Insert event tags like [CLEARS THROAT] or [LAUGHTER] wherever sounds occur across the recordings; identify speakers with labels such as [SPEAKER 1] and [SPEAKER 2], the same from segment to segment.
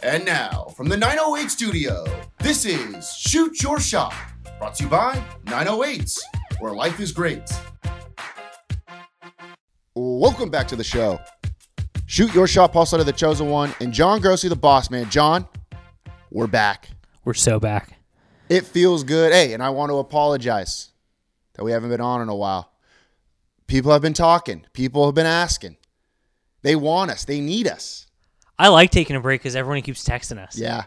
[SPEAKER 1] And now, from the 908 studio, this is Shoot Your Shot, brought to you by 908s, where life is great. Welcome back to the show. Shoot Your Shot, Paul Sutter, the chosen one, and John Grossi, the boss man. John, we're back.
[SPEAKER 2] We're so back.
[SPEAKER 1] It feels good. Hey, and I want to apologize that we haven't been on in a while. People have been talking, people have been asking. They want us, they need us.
[SPEAKER 2] I like taking a break because everyone keeps texting us.
[SPEAKER 1] Yeah.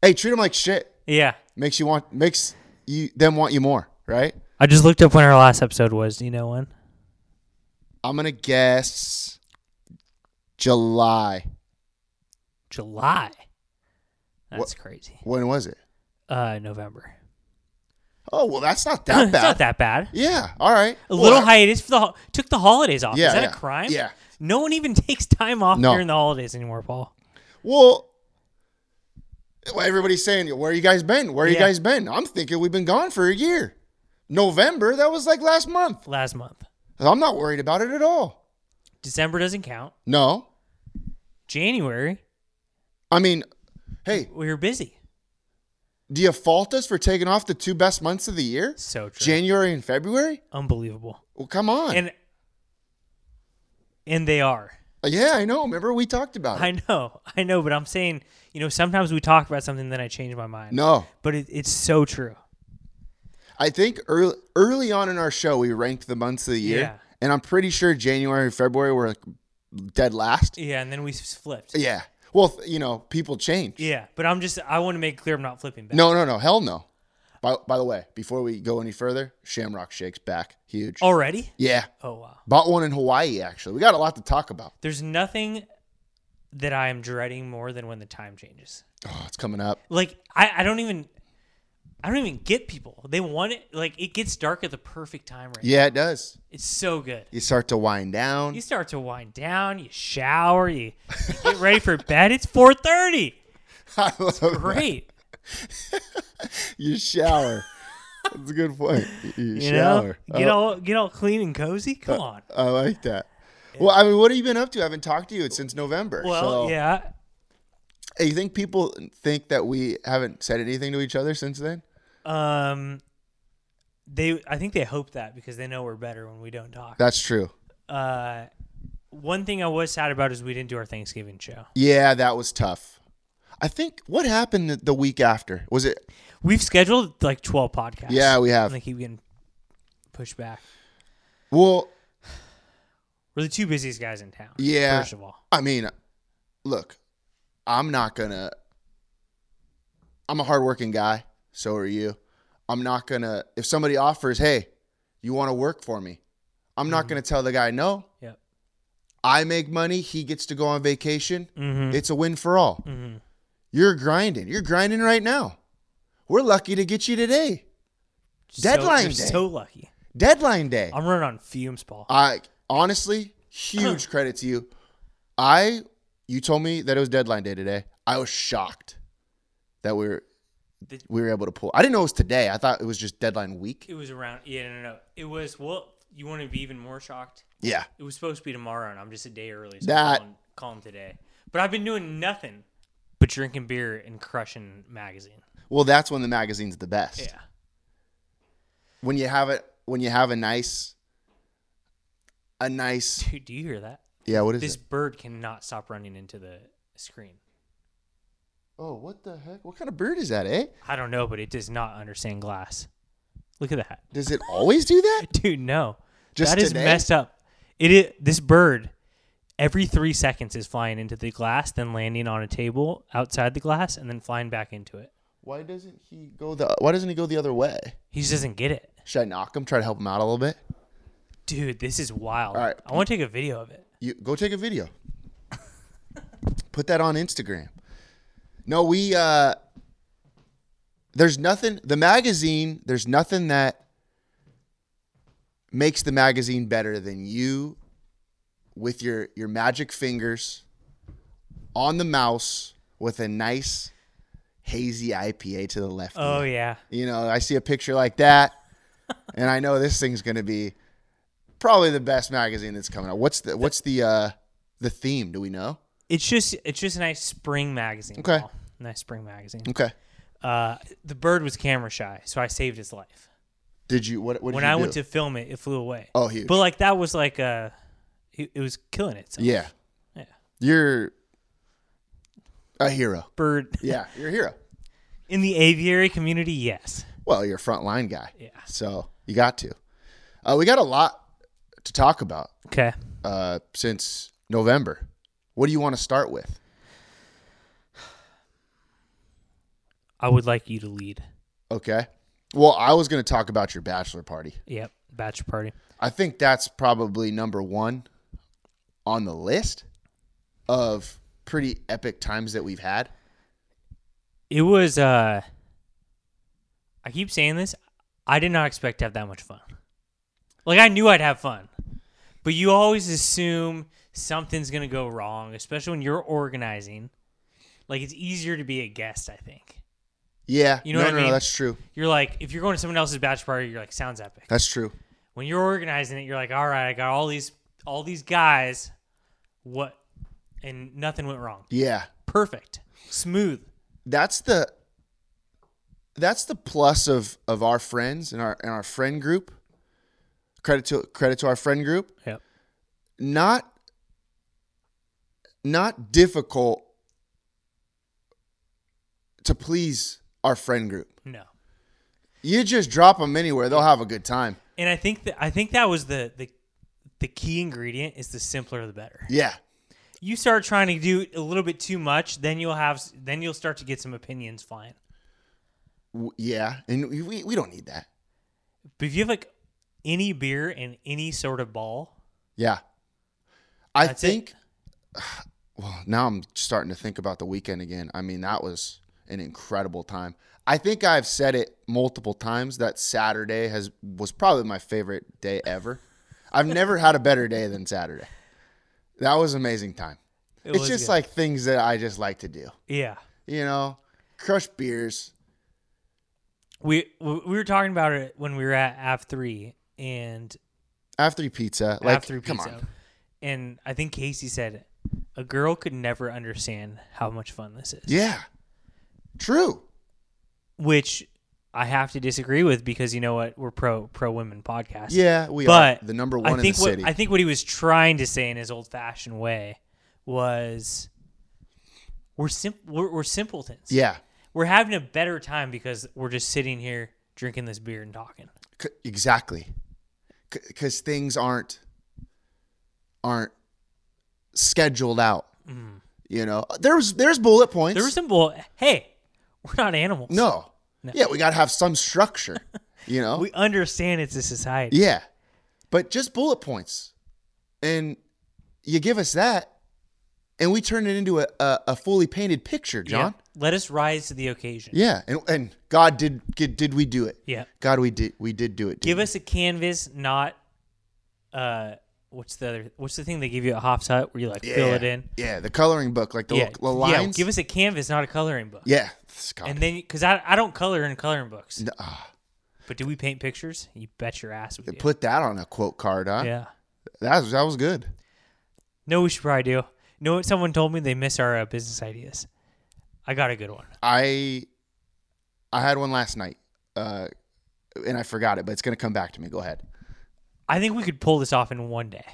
[SPEAKER 1] Hey, treat them like shit.
[SPEAKER 2] Yeah.
[SPEAKER 1] Makes you want makes you them want you more, right?
[SPEAKER 2] I just looked up when our last episode was. Do you know when?
[SPEAKER 1] I'm gonna guess July.
[SPEAKER 2] July. That's crazy.
[SPEAKER 1] When was it?
[SPEAKER 2] Uh, November.
[SPEAKER 1] Oh well, that's not
[SPEAKER 2] [LAUGHS]
[SPEAKER 1] that
[SPEAKER 2] it's
[SPEAKER 1] bad.
[SPEAKER 2] not that bad.
[SPEAKER 1] Yeah. All right.
[SPEAKER 2] A little
[SPEAKER 1] Well,
[SPEAKER 2] hiatus for the ho- took the holidays off.
[SPEAKER 1] Yeah,
[SPEAKER 2] Is that
[SPEAKER 1] yeah.
[SPEAKER 2] a crime?
[SPEAKER 1] Yeah.
[SPEAKER 2] No one even [LAUGHS] takes time off
[SPEAKER 1] No.
[SPEAKER 2] during the holidays anymore, Paul.
[SPEAKER 1] Well, well, everybody's saying, "Where you guys been? Where you
[SPEAKER 2] Yeah.
[SPEAKER 1] guys been?" I'm thinking we've been gone for a year. November. That was like last month.
[SPEAKER 2] Last month,
[SPEAKER 1] I'm not worried about it at all.
[SPEAKER 2] December doesn't count.
[SPEAKER 1] No.
[SPEAKER 2] January,
[SPEAKER 1] I mean, hey,
[SPEAKER 2] we were busy.
[SPEAKER 1] do you fault us for taking off the two best months of the year?
[SPEAKER 2] So true.
[SPEAKER 1] January and February?
[SPEAKER 2] Unbelievable.
[SPEAKER 1] Well, come on.
[SPEAKER 2] And and they are.
[SPEAKER 1] Uh, yeah, I know. Remember we talked about it.
[SPEAKER 2] I know, I know, but I'm saying, you know, sometimes we talk about something, then I change my mind.
[SPEAKER 1] no.
[SPEAKER 2] but it, it's so true.
[SPEAKER 1] I think early, early on in our show we ranked the months of the year,
[SPEAKER 2] Yeah.
[SPEAKER 1] and I'm pretty sure January and February were like dead last.
[SPEAKER 2] Yeah, and then we s- flipped.
[SPEAKER 1] Yeah. Well, th- you know, people change.
[SPEAKER 2] Yeah, but I'm just, I want to make clear I'm not flipping back.
[SPEAKER 1] No, no, no. Hell no. By, by the way, before we go any further, Shamrock Shake's back. Huge.
[SPEAKER 2] Already?
[SPEAKER 1] Yeah.
[SPEAKER 2] Oh, wow.
[SPEAKER 1] Bought one in Hawaii, actually. We got a lot to talk about.
[SPEAKER 2] There's nothing that I am dreading more than when the time changes.
[SPEAKER 1] Oh, it's coming up.
[SPEAKER 2] Like, I, I don't even, I don't even get people. They want it, like, it gets dark at the perfect time right
[SPEAKER 1] Yeah, it does.
[SPEAKER 2] It's so good.
[SPEAKER 1] You start to wind down.
[SPEAKER 2] You start to wind down, you shower, you, you get ready for bed. It's 4.30.
[SPEAKER 1] [LAUGHS] [LAUGHS] I love that.
[SPEAKER 2] Great.
[SPEAKER 1] You shower. That's a good point. You,
[SPEAKER 2] [LAUGHS]
[SPEAKER 1] you
[SPEAKER 2] You
[SPEAKER 1] shower. Oh.
[SPEAKER 2] know,
[SPEAKER 1] Uh,
[SPEAKER 2] get
[SPEAKER 1] I-
[SPEAKER 2] all get all clean and cozy. Come on.
[SPEAKER 1] I, like that. Well, I mean, what have you been up to? I haven't talked to you since November.
[SPEAKER 2] Well,
[SPEAKER 1] so-
[SPEAKER 2] yeah.
[SPEAKER 1] Hey, You think people think that we haven't said anything to each other since then?
[SPEAKER 2] Um, they I think they hope that because they know we're better when we don't talk.
[SPEAKER 1] That's true.
[SPEAKER 2] Uh, one thing I was sad about is we didn't do our Thanksgiving show.
[SPEAKER 1] Yeah, that was tough. I think what happened the- the week after was it?
[SPEAKER 2] We've scheduled like twelve podcasts.
[SPEAKER 1] Yeah, we have.
[SPEAKER 2] And they keep getting pushed back.
[SPEAKER 1] Well,
[SPEAKER 2] We're the two busiest guys in town.
[SPEAKER 1] Yeah.
[SPEAKER 2] First of all,
[SPEAKER 1] I mean, look, I'm not gonna. I'm a hardworking guy. So are you. I'm not gonna. If somebody offers, hey, you want to work for me, I'm
[SPEAKER 2] Mm-hmm.
[SPEAKER 1] not gonna tell the guy no.
[SPEAKER 2] Yep.
[SPEAKER 1] I make money. He gets to go on vacation.
[SPEAKER 2] Mm-hmm.
[SPEAKER 1] It's a win for all. You're grinding. You're grinding right now. We're lucky to get you today.
[SPEAKER 2] So,
[SPEAKER 1] Deadline day.
[SPEAKER 2] you're so lucky.
[SPEAKER 1] Deadline day.
[SPEAKER 2] I'm running on fumes, Paul.
[SPEAKER 1] I honestly,
[SPEAKER 2] [CLEARS THROAT]
[SPEAKER 1] huge credit to you. I you told me that it was deadline day today. I was shocked that we were we were able to pull. I didn't know it was today. I thought it was just deadline week.
[SPEAKER 2] It was around. Yeah, no, no, no. It was. Well, you want to be even more shocked?
[SPEAKER 1] Yeah.
[SPEAKER 2] It was supposed to be tomorrow, and I'm just a day early. So
[SPEAKER 1] That-
[SPEAKER 2] I'm calling, calling today. But I've been doing nothing but drinking beer and crushing magazine.
[SPEAKER 1] Well, that's when the magazine's the best.
[SPEAKER 2] Yeah.
[SPEAKER 1] When you have it when you have a nice a nice
[SPEAKER 2] Dude, do you hear that?
[SPEAKER 1] Yeah, what is
[SPEAKER 2] This
[SPEAKER 1] it?
[SPEAKER 2] bird cannot stop running into the screen.
[SPEAKER 1] Oh, what the heck? What kind of bird is that, eh?
[SPEAKER 2] I don't know, but it does not understand glass. Look at that. [LAUGHS]
[SPEAKER 1] Does it always do that?
[SPEAKER 2] Dude, no.
[SPEAKER 1] Just
[SPEAKER 2] that is
[SPEAKER 1] today?
[SPEAKER 2] messed up. It is this bird every 3 seconds is flying into the glass, then landing on a table outside the glass and then flying back into it.
[SPEAKER 1] Why doesn't he go the why doesn't he go the other way?
[SPEAKER 2] He just doesn't get it.
[SPEAKER 1] Should I knock him, try to help him out a little bit?
[SPEAKER 2] Dude, this is wild.
[SPEAKER 1] All right.
[SPEAKER 2] I want to take a video of it.
[SPEAKER 1] You go take a video. Put that on Instagram. No, we uh there's nothing the magazine there's nothing that makes the magazine better than you with your your magic fingers on the mouse with a nice hazy IPA to the left. of
[SPEAKER 2] Oh
[SPEAKER 1] you.
[SPEAKER 2] yeah.
[SPEAKER 1] You know, I see a picture like that and I know this thing's going to be probably the best magazine that's coming out. What's the what's the uh the theme, do we know?
[SPEAKER 2] It's just it's just a nice spring magazine.
[SPEAKER 1] Okay.
[SPEAKER 2] Paul. Nice spring magazine.
[SPEAKER 1] Okay.
[SPEAKER 2] Uh, the bird was camera shy, so I saved his life.
[SPEAKER 1] Did you what what did
[SPEAKER 2] When
[SPEAKER 1] you
[SPEAKER 2] I
[SPEAKER 1] do?
[SPEAKER 2] went to film it, it flew away.
[SPEAKER 1] Oh, huge.
[SPEAKER 2] But like that was like uh, it, it was killing itself.
[SPEAKER 1] Yeah.
[SPEAKER 2] Yeah.
[SPEAKER 1] You're a hero.
[SPEAKER 2] Bird
[SPEAKER 1] Yeah, you're a hero.
[SPEAKER 2] [LAUGHS] in the aviary community, yes.
[SPEAKER 1] Well, you're a frontline guy.
[SPEAKER 2] Yeah.
[SPEAKER 1] So you got to. Uh, we got a lot to talk about
[SPEAKER 2] Okay.
[SPEAKER 1] uh, since November. What do you want to start with?
[SPEAKER 2] I would like you to lead.
[SPEAKER 1] Okay. Well, I was going to talk about your bachelor party.
[SPEAKER 2] Yep. Bachelor party.
[SPEAKER 1] I think that's probably number one on the list of pretty epic times that we've had.
[SPEAKER 2] It was uh I keep saying this, I did not expect to have that much fun. Like I knew I'd have fun. But you always assume something's going to go wrong, especially when you're organizing. Like it's easier to be a guest, I think.
[SPEAKER 1] Yeah.
[SPEAKER 2] You know
[SPEAKER 1] no,
[SPEAKER 2] what I
[SPEAKER 1] no, no,
[SPEAKER 2] mean?
[SPEAKER 1] that's true.
[SPEAKER 2] You're like if you're going to someone else's bachelor party, you're like sounds epic.
[SPEAKER 1] That's true.
[SPEAKER 2] When you're organizing it, you're like all right, I got all these all these guys what and nothing went wrong.
[SPEAKER 1] Yeah.
[SPEAKER 2] Perfect. Smooth.
[SPEAKER 1] that's the that's the plus of of our friends and our and our friend group. Credit to credit to our friend group.
[SPEAKER 2] Yep.
[SPEAKER 1] Not not difficult to please our friend group.
[SPEAKER 2] No.
[SPEAKER 1] You just drop them anywhere, they'll have a good time.
[SPEAKER 2] And I think that I think that was the the the key ingredient is the simpler the better.
[SPEAKER 1] Yeah.
[SPEAKER 2] You start trying to do a little bit too much, then you'll have then you'll start to get some opinions flying.
[SPEAKER 1] W- Yeah, and we- we we don't need that.
[SPEAKER 2] But if you have like any beer and any sort of ball,
[SPEAKER 1] Yeah. I
[SPEAKER 2] That's it.
[SPEAKER 1] think [SIGHS] well, now I'm starting to think about the weekend again. I mean, that was an incredible time. I think I've said it multiple times that Saturday has was probably my favorite day ever. I've never had a better day than Saturday. That was an amazing time.
[SPEAKER 2] it
[SPEAKER 1] it's
[SPEAKER 2] was
[SPEAKER 1] just
[SPEAKER 2] good.
[SPEAKER 1] like things that I just like to do.
[SPEAKER 2] yeah.
[SPEAKER 1] You know, crush beers.
[SPEAKER 2] We we we were talking about it when we were at F three and
[SPEAKER 1] After pizza, like
[SPEAKER 2] F three
[SPEAKER 1] come
[SPEAKER 2] pizza,
[SPEAKER 1] on,
[SPEAKER 2] and I think Casey said a girl could never understand how much fun this is.
[SPEAKER 1] yeah, true.
[SPEAKER 2] which I have to disagree with because you know what? We're pro pro women podcast.
[SPEAKER 1] Yeah, we
[SPEAKER 2] but
[SPEAKER 1] are the number
[SPEAKER 2] I
[SPEAKER 1] one
[SPEAKER 2] think
[SPEAKER 1] in
[SPEAKER 2] what
[SPEAKER 1] the city.
[SPEAKER 2] I think what he was trying to say in his old fashioned way was we're simp- we're, we're simpletons.
[SPEAKER 1] yeah,
[SPEAKER 2] we're having a better time because we're just sitting here drinking this beer and talking.
[SPEAKER 1] C- exactly because things aren't aren't scheduled out you know there's there's bullet points
[SPEAKER 2] Mm. There was some well, hey, we're not animals.
[SPEAKER 1] no. yeah we gotta have
[SPEAKER 2] [LAUGHS]
[SPEAKER 1] some structure you know
[SPEAKER 2] we understand it's a society.
[SPEAKER 1] yeah but just bullet points and you give us that and we turn it into a, a, a fully painted picture john
[SPEAKER 2] Yeah. let us rise to the occasion.
[SPEAKER 1] yeah, and and god did, did did we do it
[SPEAKER 2] Yeah.
[SPEAKER 1] god we did we did do it
[SPEAKER 2] give
[SPEAKER 1] didn't
[SPEAKER 2] us a canvas, not uh, what's the other? What's the thing they give you at Hops Hut where you like
[SPEAKER 1] we?
[SPEAKER 2] fill
[SPEAKER 1] Yeah.
[SPEAKER 2] it in?
[SPEAKER 1] yeah the coloring book like the,
[SPEAKER 2] yeah,
[SPEAKER 1] little- the
[SPEAKER 2] yeah.
[SPEAKER 1] lines
[SPEAKER 2] Give us a canvas, not a coloring book.
[SPEAKER 1] yeah Scott.
[SPEAKER 2] And then, because I, I don't color in coloring books,
[SPEAKER 1] N- ah,
[SPEAKER 2] but do we paint pictures? You bet your ass we do.
[SPEAKER 1] Put that on a quote card, huh?
[SPEAKER 2] yeah.
[SPEAKER 1] That was, that was good.
[SPEAKER 2] No, we should probably do. Know what someone told me? They miss our uh, business ideas. I got a good one.
[SPEAKER 1] I I had one last night, uh, and I forgot it, but it's gonna come back to me. Go ahead.
[SPEAKER 2] I think we could pull this off in one day,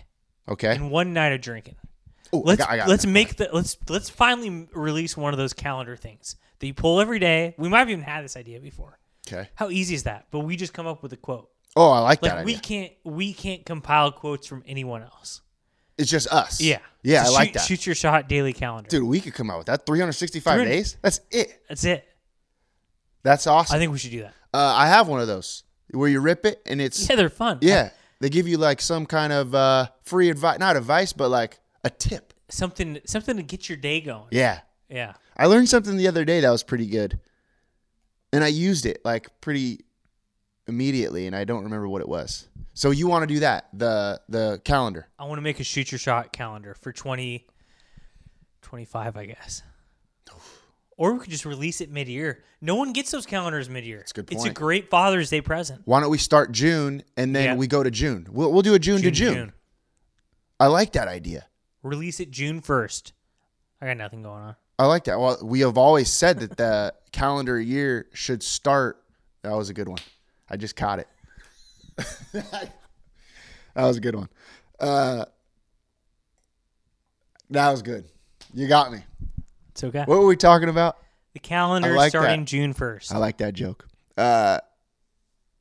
[SPEAKER 1] Okay.
[SPEAKER 2] in one night of drinking.
[SPEAKER 1] Ooh, I
[SPEAKER 2] Let's
[SPEAKER 1] got- I got it.
[SPEAKER 2] let's make the let's let's finally release one of those calendar things that you pull every day. We might have even had this idea before.
[SPEAKER 1] Okay.
[SPEAKER 2] How easy is that? But we just come up with a quote.
[SPEAKER 1] Oh, I like,
[SPEAKER 2] Like
[SPEAKER 1] that
[SPEAKER 2] we
[SPEAKER 1] idea.
[SPEAKER 2] can't we can't compile quotes from anyone else.
[SPEAKER 1] It's just us.
[SPEAKER 2] Yeah.
[SPEAKER 1] Yeah,
[SPEAKER 2] So
[SPEAKER 1] I like
[SPEAKER 2] shoot-
[SPEAKER 1] that.
[SPEAKER 2] Shoot your shot daily calendar.
[SPEAKER 1] Dude, we could come out with that. 365
[SPEAKER 2] Three-
[SPEAKER 1] days. That's it.
[SPEAKER 2] That's it.
[SPEAKER 1] That's awesome.
[SPEAKER 2] I think we should do that.
[SPEAKER 1] uh, I have one of those where you rip it and it's
[SPEAKER 2] Yeah, they're fun.
[SPEAKER 1] yeah. They give you like some kind of uh, free advice, not advice, but like a tip.
[SPEAKER 2] Something something to get your day going.
[SPEAKER 1] Yeah.
[SPEAKER 2] Yeah.
[SPEAKER 1] I learned something the other day that was pretty good. and I used it like pretty immediately, and I don't remember what it was. So you want to do that the the calendar?
[SPEAKER 2] I want to make a shoot your shot calendar for 20, 25, I guess. [SIGHS] Or we could just release it mid year. No one gets those calendars mid year. It's
[SPEAKER 1] a good
[SPEAKER 2] It's a
[SPEAKER 1] point.
[SPEAKER 2] great Father's Day present.
[SPEAKER 1] Why don't we start June and then
[SPEAKER 2] Yeah.
[SPEAKER 1] we go to June? We'll we'll do a June, to
[SPEAKER 2] June to
[SPEAKER 1] June.
[SPEAKER 2] June.
[SPEAKER 1] I like that idea.
[SPEAKER 2] Release it June first. I got nothing going on.
[SPEAKER 1] I like that. Well, we have always said that the [LAUGHS] calendar year should start. That was a good one. I just caught it. [LAUGHS] that was a good one. Uh, that was good. You got me.
[SPEAKER 2] It's okay.
[SPEAKER 1] What were we talking about?
[SPEAKER 2] the calendar
[SPEAKER 1] I like
[SPEAKER 2] starting
[SPEAKER 1] that.
[SPEAKER 2] June first.
[SPEAKER 1] I like that joke. Uh,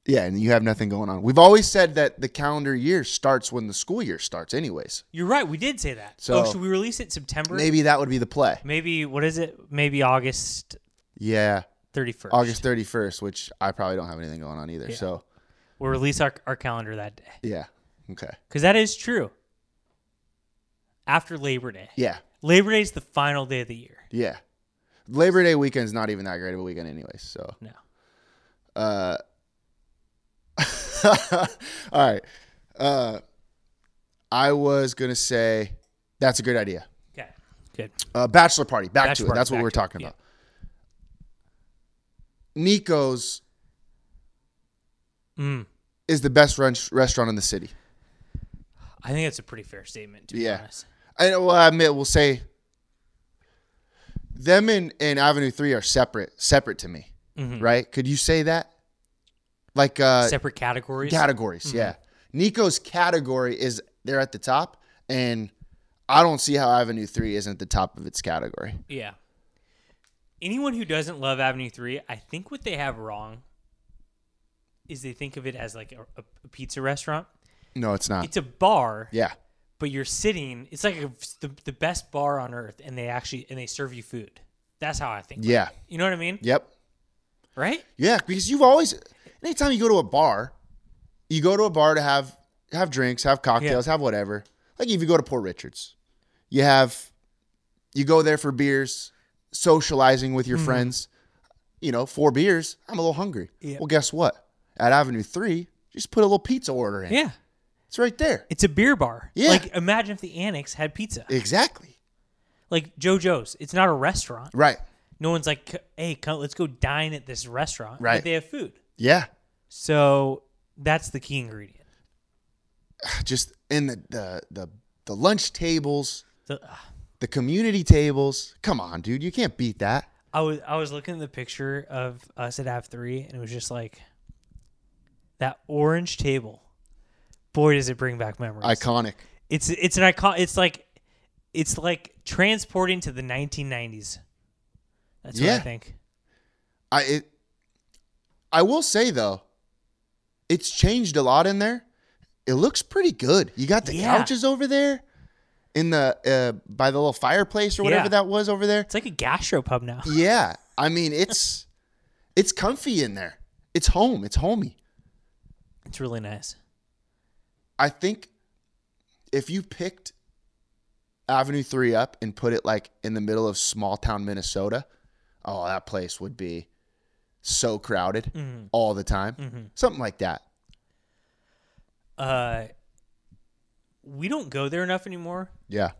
[SPEAKER 1] yeah, and you have nothing going on. We've always said that the calendar year starts when the school year starts, anyways.
[SPEAKER 2] You're right. We did say that.
[SPEAKER 1] So-
[SPEAKER 2] So should we release it September?
[SPEAKER 1] Maybe that would be the play.
[SPEAKER 2] Maybe what is it? Maybe August
[SPEAKER 1] Yeah,
[SPEAKER 2] thirty first.
[SPEAKER 1] August 31st, which I probably don't have anything going on either. So,
[SPEAKER 2] We'll release our, our calendar that day
[SPEAKER 1] yeah. Okay.
[SPEAKER 2] because that is true. After Labor Day,
[SPEAKER 1] Yeah.
[SPEAKER 2] Labor Day is the final day of the year.
[SPEAKER 1] Yeah. Labor Day weekend's not even that great of a weekend anyway, so. [LAUGHS]
[SPEAKER 2] No.
[SPEAKER 1] Uh All right. Uh I was going to say that's a good idea.
[SPEAKER 2] Okay, good.
[SPEAKER 1] Uh bachelor party, back
[SPEAKER 2] Bachelor
[SPEAKER 1] to it.
[SPEAKER 2] party,
[SPEAKER 1] That's what
[SPEAKER 2] back
[SPEAKER 1] we were
[SPEAKER 2] to it,
[SPEAKER 1] talking
[SPEAKER 2] yeah.
[SPEAKER 1] about. Nico's
[SPEAKER 2] Mm.
[SPEAKER 1] is the best ren- restaurant in the city.
[SPEAKER 2] I think that's a pretty fair statement. To
[SPEAKER 1] Yeah.
[SPEAKER 2] be honest,
[SPEAKER 1] I well, I admit we'll say them and, and Avenue Three are separate, separate to me, right? Could you say that? Like uh,
[SPEAKER 2] Mm-hmm. separate Mm-hmm. categories.
[SPEAKER 1] categories, yeah. Nico's category is they're at the top, and I don't see how Avenue Three isn't at the top of its category.
[SPEAKER 2] Yeah. Anyone who doesn't love Avenue 3, I think what they have wrong is they think of it as like a, a- a pizza restaurant.
[SPEAKER 1] No, it's not.
[SPEAKER 2] It's a bar,
[SPEAKER 1] yeah,
[SPEAKER 2] but you're sitting. It's like a, the, the best bar on earth, and they actually and they serve you food. That's how I think.
[SPEAKER 1] yeah,
[SPEAKER 2] You know what I mean?
[SPEAKER 1] yep,
[SPEAKER 2] Right?
[SPEAKER 1] yeah. Because you've always, anytime you go to a bar, you go to a bar to have have drinks, have cocktails, have whatever. Like if you go to Poor Richards, you have you go there for beers, socializing with your
[SPEAKER 2] Mm-hmm.
[SPEAKER 1] friends. You know, four beers. I'm a little hungry.
[SPEAKER 2] Yeah.
[SPEAKER 1] Well, guess what? At Avenue Three, just put a little pizza order in.
[SPEAKER 2] Yeah.
[SPEAKER 1] It's right there.
[SPEAKER 2] It's a beer bar.
[SPEAKER 1] Yeah.
[SPEAKER 2] Like imagine if the Annex had pizza.
[SPEAKER 1] Exactly.
[SPEAKER 2] Like JoJo's. It's not a restaurant.
[SPEAKER 1] Right.
[SPEAKER 2] No one's like, "Hey, come, let's go dine at this restaurant." but
[SPEAKER 1] Right.
[SPEAKER 2] they have food.
[SPEAKER 1] Yeah.
[SPEAKER 2] So, that's the key ingredient.
[SPEAKER 1] Just in the the the, the lunch tables,
[SPEAKER 2] The, ugh.
[SPEAKER 1] the community tables. Come on, dude. You can't beat that.
[SPEAKER 2] I was I was looking at the picture of us at Av three, and it was just like that orange table. Boy, does it bring back memories!
[SPEAKER 1] Iconic.
[SPEAKER 2] It's it's an icon. It's like it's like transporting to the 1990s. That's
[SPEAKER 1] Yeah.
[SPEAKER 2] what I think.
[SPEAKER 1] I it, I will say though, it's changed a lot in there. It looks pretty good. You got the
[SPEAKER 2] Yeah.
[SPEAKER 1] couches over there, in the uh, by the little fireplace or whatever
[SPEAKER 2] Yeah.
[SPEAKER 1] that was over there.
[SPEAKER 2] It's like a gastropub now.
[SPEAKER 1] Yeah, I mean it's it's comfy in there. It's home. It's homey.
[SPEAKER 2] It's really nice.
[SPEAKER 1] I think if you picked Avenue 3 up and put it like in the middle of small town Minnesota, oh, that place would be so crowded
[SPEAKER 2] Mm-hmm.
[SPEAKER 1] all the time. Something like that.
[SPEAKER 2] Uh, we don't go there enough anymore.
[SPEAKER 1] Yeah.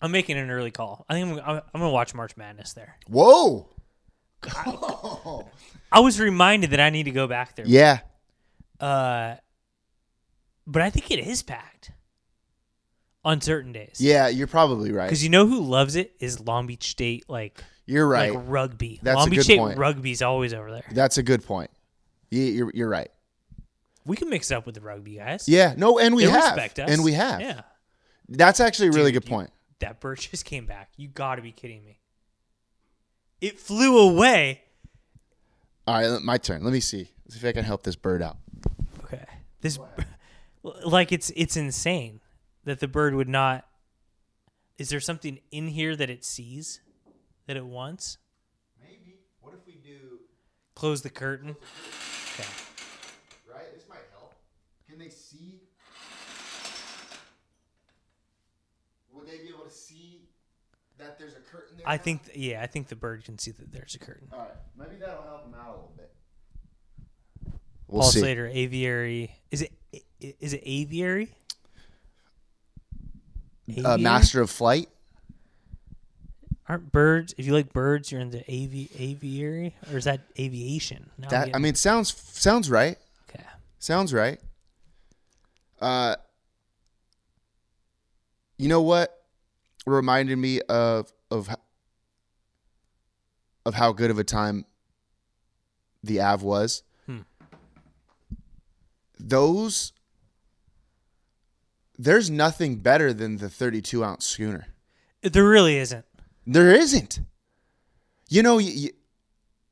[SPEAKER 2] I'm making an early call. I think I'm I'm, I'm gonna watch March Madness there.
[SPEAKER 1] Whoa.
[SPEAKER 2] I was reminded that I need to go back there.
[SPEAKER 1] Yeah.
[SPEAKER 2] Uh, but I think it is packed on certain days.
[SPEAKER 1] Yeah, you're probably right.
[SPEAKER 2] Because you know who loves it is Long Beach State, like
[SPEAKER 1] You're right.
[SPEAKER 2] like rugby.
[SPEAKER 1] That's
[SPEAKER 2] Long
[SPEAKER 1] a
[SPEAKER 2] Beach
[SPEAKER 1] good
[SPEAKER 2] State
[SPEAKER 1] point.
[SPEAKER 2] rugby's always over there.
[SPEAKER 1] That's a good point. Yeah, you're, you're right.
[SPEAKER 2] We can mix it up with the rugby guys.
[SPEAKER 1] Yeah. No, and we
[SPEAKER 2] they
[SPEAKER 1] have.
[SPEAKER 2] respect us,
[SPEAKER 1] And we have.
[SPEAKER 2] Yeah,
[SPEAKER 1] That's actually a really
[SPEAKER 2] Dude,
[SPEAKER 1] good
[SPEAKER 2] you-
[SPEAKER 1] point.
[SPEAKER 2] that bird [LAUGHS] just came back. You got to be kidding me! It flew away.
[SPEAKER 1] All right, my turn. Let me see. Let's see if I can help this bird out.
[SPEAKER 2] Okay, this [LAUGHS] like it's it's insane that the bird would not. Is there something in here that it sees that it wants?
[SPEAKER 1] What if we do
[SPEAKER 2] Close the curtain.
[SPEAKER 1] right? This might help. Can they see? Would they be able to see that there's a curtain there.
[SPEAKER 2] I think, th- yeah, I think the bird can see that there's a curtain.
[SPEAKER 1] All right, maybe that'll help him out a little bit.
[SPEAKER 2] we
[SPEAKER 1] We'll
[SPEAKER 2] Paul
[SPEAKER 1] see.
[SPEAKER 2] Slater, aviary. Is it i- is it aviary?
[SPEAKER 1] Uh,
[SPEAKER 2] Aviary?
[SPEAKER 1] Master of Flight.
[SPEAKER 2] Aren't birds? If you like birds, you're into avi- aviary, or is that aviation? No,
[SPEAKER 1] That I mean, it sounds sounds right.
[SPEAKER 2] okay.
[SPEAKER 1] Sounds right. Uh, you know what reminded me of of h- of how good of a time the Av was. Those there's nothing better than the 32 ounce schooner.
[SPEAKER 2] There really isn't.
[SPEAKER 1] There isn't. You know, y- y-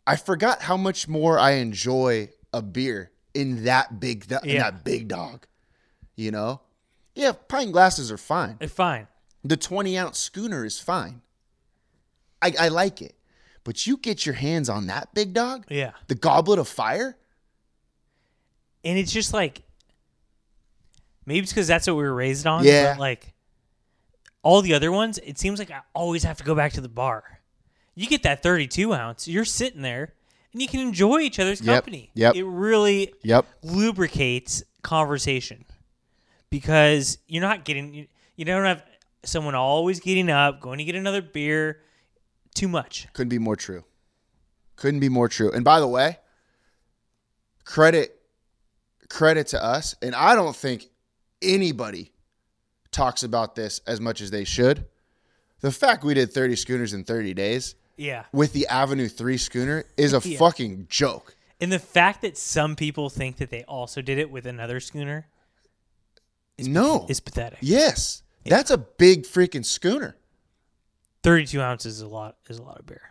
[SPEAKER 1] I forgot how much more I enjoy a beer in that big do- in
[SPEAKER 2] Yeah.
[SPEAKER 1] that big dog. You know, yeah, pint glasses are fine.
[SPEAKER 2] They're Eh, fine.
[SPEAKER 1] The twenty ounce schooner is fine. I, I like it, but you get your hands on that big dog,
[SPEAKER 2] Yeah.
[SPEAKER 1] the goblet of fire.
[SPEAKER 2] and it's just like maybe it's because that's what we were raised on.
[SPEAKER 1] Yeah.
[SPEAKER 2] But like all the other ones, it seems like I always have to go back to the bar. You get that thirty-two ounce, you're sitting there, and you can enjoy each other's
[SPEAKER 1] Yep,
[SPEAKER 2] company.
[SPEAKER 1] yep.
[SPEAKER 2] It really
[SPEAKER 1] Yep.
[SPEAKER 2] lubricates conversation because you're not getting you, you don't have someone always getting up, going to get another beer. Too much.
[SPEAKER 1] Couldn't be more true. Couldn't be more true. And by the way, credit credit to us, and I don't think anybody talks about this as much as they should. The fact we did 30 schooners in 30 days
[SPEAKER 2] Yeah.
[SPEAKER 1] with the Avenue 3 schooner is a
[SPEAKER 2] Yeah.
[SPEAKER 1] fucking joke.
[SPEAKER 2] And the fact that some people think that they also did it with another schooner
[SPEAKER 1] no.
[SPEAKER 2] is pathetic.
[SPEAKER 1] yes. That's a big freaking schooner.
[SPEAKER 2] 32 ounces is a lot is a lot of beer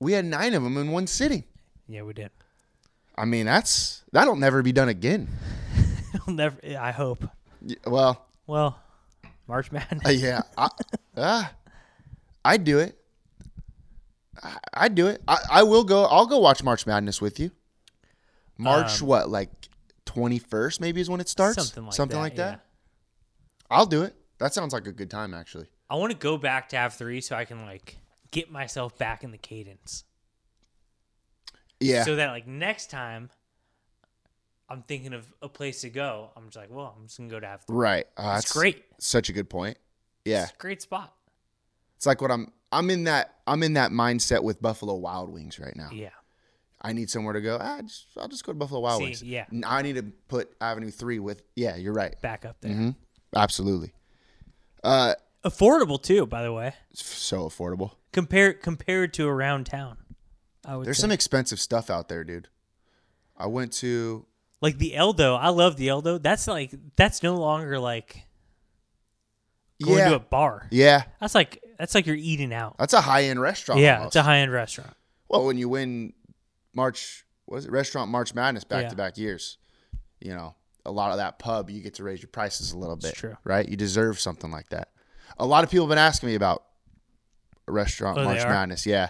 [SPEAKER 1] We had 9 of them in one sitting.
[SPEAKER 2] yeah we did [LAUGHS]
[SPEAKER 1] I mean, that's that'll never be done again.
[SPEAKER 2] I'll never i hope
[SPEAKER 1] Y- Well,
[SPEAKER 2] well march madness
[SPEAKER 1] Uh, yeah, I, uh, I'd do it. I, I'd do it. I, I will go. I'll go watch March Madness with you. March what? Like twenty first, maybe is when it starts.
[SPEAKER 2] Um, [LAUGHS] something like that,
[SPEAKER 1] I'll do it. That sounds like a good time, actually.
[SPEAKER 2] i want to go back to have three so i can like get myself back in the cadence
[SPEAKER 1] Yeah.
[SPEAKER 2] so that like next time i'm thinking of a place to go i'm just like well i'm just gonna go to have three
[SPEAKER 1] right. Uh,
[SPEAKER 2] It's great.
[SPEAKER 1] Such a good point. Yeah.
[SPEAKER 2] It's a great spot
[SPEAKER 1] It's like what I'm. I'm in that. I'm in that mindset with Buffalo Wild Wings right now.
[SPEAKER 2] yeah
[SPEAKER 1] I need somewhere to go. Ah, just, I'll just go to Buffalo Wild
[SPEAKER 2] See,
[SPEAKER 1] Wings.
[SPEAKER 2] yeah.
[SPEAKER 1] N- I need to put Avenue Three with. Yeah, you're right.
[SPEAKER 2] back up there
[SPEAKER 1] Mm-hmm. Absolutely. Uh,
[SPEAKER 2] affordable too by the way
[SPEAKER 1] it's f- so affordable.
[SPEAKER 2] compare compared to around town I would
[SPEAKER 1] There's
[SPEAKER 2] say.
[SPEAKER 1] some expensive stuff out there, dude. I went to
[SPEAKER 2] Like the Eldo, I love the Eldo. That's like that's no longer like going
[SPEAKER 1] yeah,
[SPEAKER 2] to a bar.
[SPEAKER 1] yeah.
[SPEAKER 2] That's like that's like you're eating out.
[SPEAKER 1] That's a high end restaurant.
[SPEAKER 2] yeah,
[SPEAKER 1] almost.
[SPEAKER 2] it's a high end restaurant.
[SPEAKER 1] well, when you win March, what is it? Restaurant March Madness back
[SPEAKER 2] Yeah.
[SPEAKER 1] to back years. You know, a lot of that pub, you get to raise your prices a little bit.
[SPEAKER 2] true.
[SPEAKER 1] right? You deserve something like that. A lot of people have been asking me about restaurant
[SPEAKER 2] Oh, they
[SPEAKER 1] March
[SPEAKER 2] are?
[SPEAKER 1] Madness. Yeah,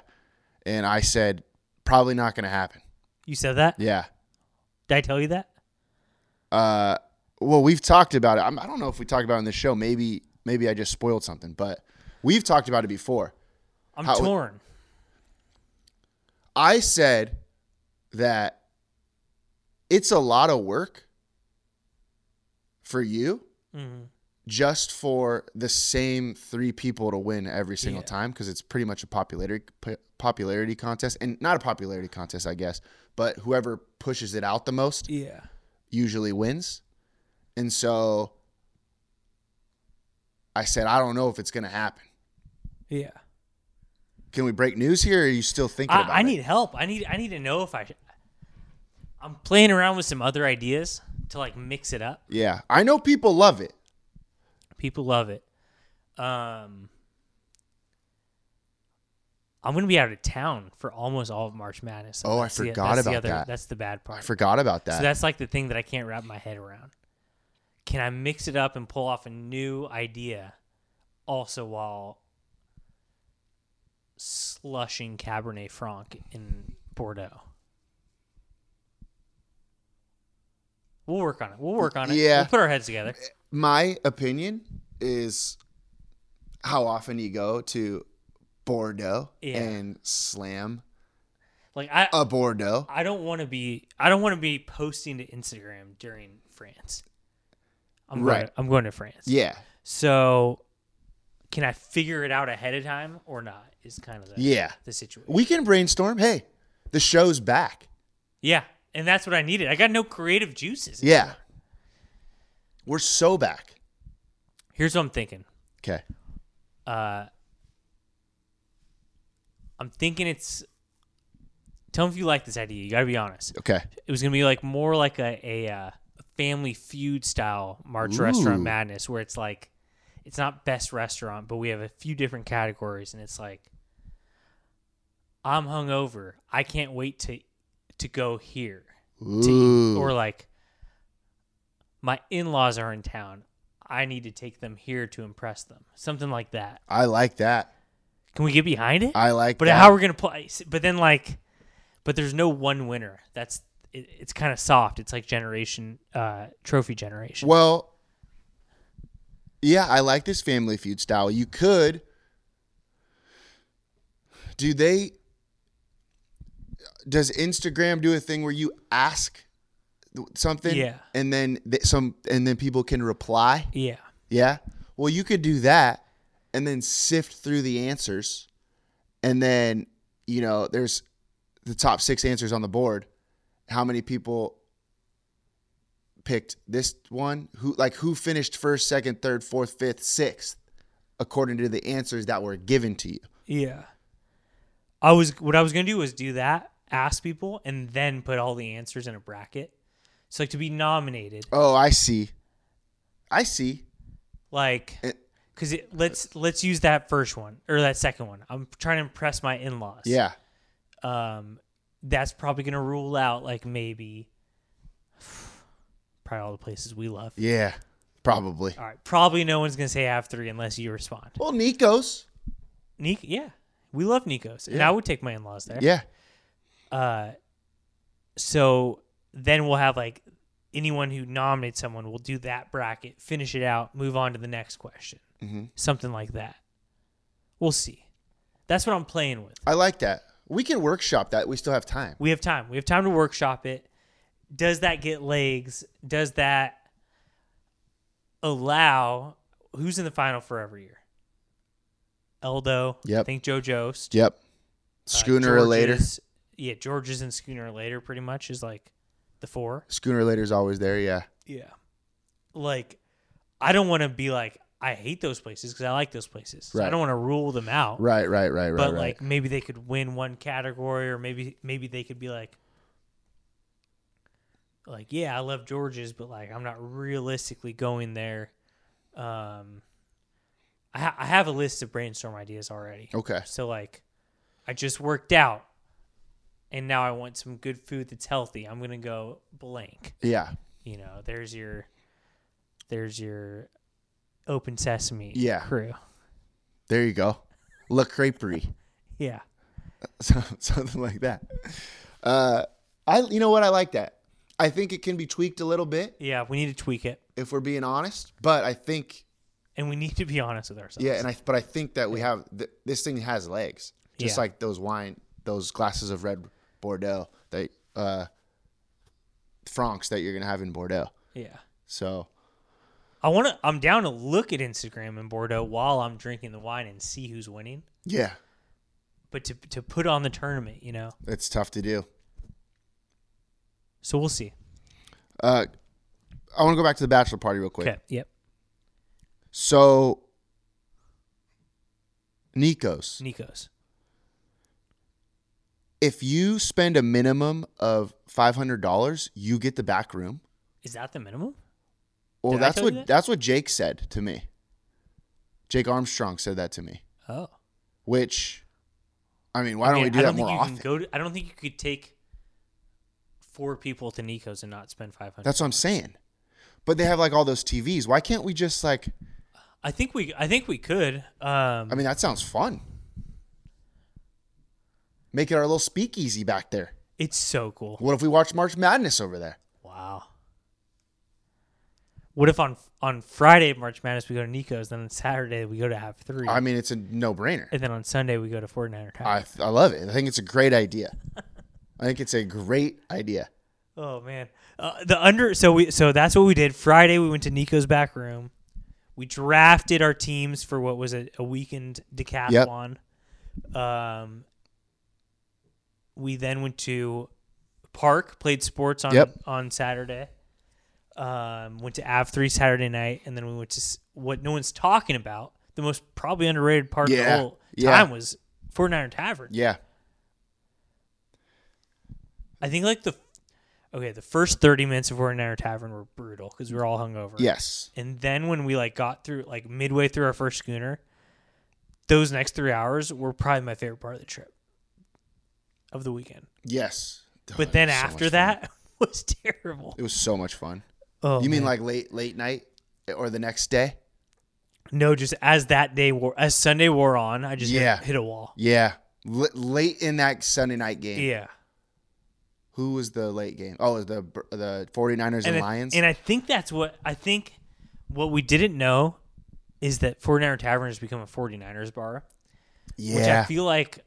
[SPEAKER 1] and I said probably not going to happen.
[SPEAKER 2] You said that?
[SPEAKER 1] Yeah.
[SPEAKER 2] Did I tell you that?
[SPEAKER 1] uh, well, we've talked about it. I'm, I don't know if we talked about it on this show. Maybe, maybe I just spoiled something, but we've talked about it before.
[SPEAKER 2] I'm
[SPEAKER 1] How-
[SPEAKER 2] torn.
[SPEAKER 1] I said that it's a lot of work for you just for the same three people to win every single
[SPEAKER 2] Yeah.
[SPEAKER 1] time because it's pretty much a popularity p- popularity contest and not a popularity contest, I guess, but whoever pushes it out the most
[SPEAKER 2] Yeah.
[SPEAKER 1] usually wins. And so I said, I don't know if it's going to happen.
[SPEAKER 2] Yeah.
[SPEAKER 1] Can we break news here? Or are you still thinking about
[SPEAKER 2] I, I
[SPEAKER 1] it?
[SPEAKER 2] need help. I need I need to know if I sh- I'm playing around with some other ideas to like mix it up.
[SPEAKER 1] Yeah. I know people love it.
[SPEAKER 2] People love it. Um I'm gonna be out of town for almost all of March Madness. so
[SPEAKER 1] Oh, I
[SPEAKER 2] that's the-
[SPEAKER 1] forgot
[SPEAKER 2] that's the
[SPEAKER 1] about
[SPEAKER 2] other-
[SPEAKER 1] that.
[SPEAKER 2] That's the bad part.
[SPEAKER 1] I forgot about that.
[SPEAKER 2] So that's like the thing that I can't wrap my head around. Can I mix it up and pull off a new idea also while slushing Cabernet Franc in Bordeaux? We'll work on it. We'll work on it.
[SPEAKER 1] Yeah. Eh,
[SPEAKER 2] We'll put our heads together.
[SPEAKER 1] My opinion is how often you go to Bordeaux
[SPEAKER 2] Yeah.
[SPEAKER 1] and slam
[SPEAKER 2] Like I,
[SPEAKER 1] a Bordeaux.
[SPEAKER 2] I don't want to be. I don't want to be posting to Instagram during France. I'm
[SPEAKER 1] Right.
[SPEAKER 2] Going, I'm going to France.
[SPEAKER 1] Yeah.
[SPEAKER 2] So, can I figure it out ahead of time or not? Is kind of the
[SPEAKER 1] Yeah.
[SPEAKER 2] the situation.
[SPEAKER 1] We can brainstorm. Hey, the show's back.
[SPEAKER 2] yeah, and that's what I needed. I got no creative juices.
[SPEAKER 1] Yeah. We're so back.
[SPEAKER 2] Here's what I'm thinking.
[SPEAKER 1] Okay.
[SPEAKER 2] Uh, I'm thinking it's. Tell me if you like this idea. You got to be honest.
[SPEAKER 1] Okay.
[SPEAKER 2] it was gonna be like more like a a, uh, family feud style March Restaurant
[SPEAKER 1] Ooh.
[SPEAKER 2] Madness, where it's like it's not best restaurant, but we have a few different categories, and it's like I'm hungover, I can't wait to to go here, to eat.
[SPEAKER 1] Ooh.
[SPEAKER 2] or like my in laws are in town, I need to take them here to impress them, something like that.
[SPEAKER 1] I like that.
[SPEAKER 2] Can we get behind it?
[SPEAKER 1] I like
[SPEAKER 2] But
[SPEAKER 1] that.
[SPEAKER 2] how we're gonna play? But then like, but there's no one winner. That's it, it's kind of soft. It's like generation uh, trophy generation.
[SPEAKER 1] Well, yeah, I like this family feud style. You could. Do they. Does Instagram do a thing where you ask something?
[SPEAKER 2] Yeah.
[SPEAKER 1] And then th- some, and then people can reply.
[SPEAKER 2] Yeah,
[SPEAKER 1] Yeah. Well, you could do that and then sift through the answers. And then, you know, there's the top six answers on the board. How many people picked this one? Who, like, who finished first, second, third, fourth, fifth, sixth, according to the answers that were given to you?
[SPEAKER 2] yeah. I was what I was gonna do was do that, ask people, and then put all the answers in a bracket. So like to be nominated,
[SPEAKER 1] Oh, I see. I see.
[SPEAKER 2] like
[SPEAKER 1] It-
[SPEAKER 2] because it, let's let's use that first one or that second one. I'm trying to impress my in laws.
[SPEAKER 1] Yeah.
[SPEAKER 2] um, that's probably gonna rule out like maybe [SIGHS] probably all the places we love.
[SPEAKER 1] Yeah. Probably.
[SPEAKER 2] All right, probably no one's gonna say have three unless you respond.
[SPEAKER 1] Well, Nico's.
[SPEAKER 2] Nico, yeah, we love Nikos, and I would take my in-laws there.
[SPEAKER 1] Yeah.
[SPEAKER 2] Uh, so then we'll have like anyone who nominates someone will do that bracket, finish it out, move on to the next question,
[SPEAKER 1] Mm-hmm.
[SPEAKER 2] something like that. We'll see. That's what I'm playing with.
[SPEAKER 1] I like that. We can workshop that. We still have time.
[SPEAKER 2] We have time. We have time to workshop it. Does that get legs? Does that allow who's in the final for every year? Eldo. I
[SPEAKER 1] Yep.
[SPEAKER 2] think Joe Jost.
[SPEAKER 1] Yep.
[SPEAKER 2] uh,
[SPEAKER 1] Schooner or later.
[SPEAKER 2] Georges- Yeah, Georges and Schooner or later pretty much is like the four.
[SPEAKER 1] Schooner later's always there, yeah.
[SPEAKER 2] Yeah. Like, I don't want to be like, I hate those places because I like those places. So I
[SPEAKER 1] Right.
[SPEAKER 2] don't want to rule them out.
[SPEAKER 1] Right, right, right, right.
[SPEAKER 2] but
[SPEAKER 1] right.
[SPEAKER 2] like maybe they could win one category or maybe maybe they could be like like yeah i love george's but like i'm not realistically going there um i, ha- I have a list of brainstorm ideas already
[SPEAKER 1] Okay.
[SPEAKER 2] so like i just worked out and now i want some good food that's healthy i'm gonna go blank
[SPEAKER 1] yeah,
[SPEAKER 2] you know there's your there's your open sesame
[SPEAKER 1] Yeah.
[SPEAKER 2] crew
[SPEAKER 1] there you go. La Creperie, [LAUGHS]
[SPEAKER 2] yeah
[SPEAKER 1] So- something like that. Uh, I, you know what? I like that. I think it can be tweaked a little bit
[SPEAKER 2] yeah we need to tweak it
[SPEAKER 1] if we're being honest, but I think
[SPEAKER 2] and we need to be honest with ourselves.
[SPEAKER 1] yeah, and I but I think that we have th- this thing has legs, just
[SPEAKER 2] Yeah.
[SPEAKER 1] like those wine, those glasses of red Bordeaux that uh, Francs that you're gonna have in Bordeaux.
[SPEAKER 2] yeah.
[SPEAKER 1] So
[SPEAKER 2] I want to. I'm down to look at Instagram in Bordeaux while I'm drinking the wine and see who's winning.
[SPEAKER 1] yeah,
[SPEAKER 2] But to to put on the tournament, you know.
[SPEAKER 1] it's tough to do.
[SPEAKER 2] So we'll see.
[SPEAKER 1] Uh, I want to go back to the bachelor party real quick.
[SPEAKER 2] Okay. Yep.
[SPEAKER 1] So, Nikos,
[SPEAKER 2] Nikos.
[SPEAKER 1] if you spend a minimum of five hundred dollars, you get the back room.
[SPEAKER 2] Is that the minimum?
[SPEAKER 1] Well,
[SPEAKER 2] Did I
[SPEAKER 1] that's
[SPEAKER 2] tell you that?
[SPEAKER 1] what that's what Jake said to me. Jake Armstrong said that to me.
[SPEAKER 2] Oh.
[SPEAKER 1] Which, I mean, why don't
[SPEAKER 2] Yeah,
[SPEAKER 1] we do
[SPEAKER 2] I
[SPEAKER 1] that
[SPEAKER 2] don't
[SPEAKER 1] more
[SPEAKER 2] think you
[SPEAKER 1] often?
[SPEAKER 2] Can go to, I don't think you could take four people to Nikos and not spend five hundred.
[SPEAKER 1] that's what I'm saying. But they have like all those TVs. Why can't we just like?
[SPEAKER 2] I think we. I think we could. Um.
[SPEAKER 1] I mean, that sounds fun. Make it our little speakeasy back there.
[SPEAKER 2] it's so cool.
[SPEAKER 1] What if we watch March Madness over there?
[SPEAKER 2] Wow. What if on on Friday of March Madness we go to Nico's, then on Saturday we go to Have Three,
[SPEAKER 1] I mean, it's a no brainer.
[SPEAKER 2] and then on Sunday we go to Fortnite or Time.
[SPEAKER 1] I, I love it. I think it's a great idea. I think it's a great idea.
[SPEAKER 2] Oh man, uh, the under. So we so that's what we did. Friday we went to Nico's back room. We drafted our teams for what was a, a weekend decathlon. Um, we then went to park, played sports on
[SPEAKER 1] Yep.
[SPEAKER 2] on Saturday. Um, went to Av three Saturday night, and then we went to s- what no one's talking about. The most probably underrated part of
[SPEAKER 1] Yeah,
[SPEAKER 2] the whole
[SPEAKER 1] yeah.
[SPEAKER 2] time was Fortnite Iron Tavern.
[SPEAKER 1] Yeah.
[SPEAKER 2] I think like the okay, the first thirty minutes of Fortnite Iron Tavern were brutal because we were all hungover.
[SPEAKER 1] Yes.
[SPEAKER 2] And then when we like got through like midway through our first schooner, those next three hours were probably my favorite part of the trip of the weekend.
[SPEAKER 1] Yes. Oh,
[SPEAKER 2] But then
[SPEAKER 1] it was so
[SPEAKER 2] after
[SPEAKER 1] much fun.
[SPEAKER 2] that [LAUGHS] was terrible.
[SPEAKER 1] it was so much fun.
[SPEAKER 2] Oh,
[SPEAKER 1] you mean
[SPEAKER 2] man.
[SPEAKER 1] like late late night or the next day?
[SPEAKER 2] no? Just as that day wore, as Sunday wore on, I just hit-
[SPEAKER 1] Yeah.
[SPEAKER 2] hit, a wall.
[SPEAKER 1] Yeah. L- late in that Sunday night game.
[SPEAKER 2] Yeah,
[SPEAKER 1] Who was the late game? Oh, it was the Br- the 49ers and,
[SPEAKER 2] and I-
[SPEAKER 1] Lions.
[SPEAKER 2] and I think that's what I think. What we didn't know is that 49er Tavern has become a 49ers bar. which I
[SPEAKER 1] yeah.
[SPEAKER 2] feel like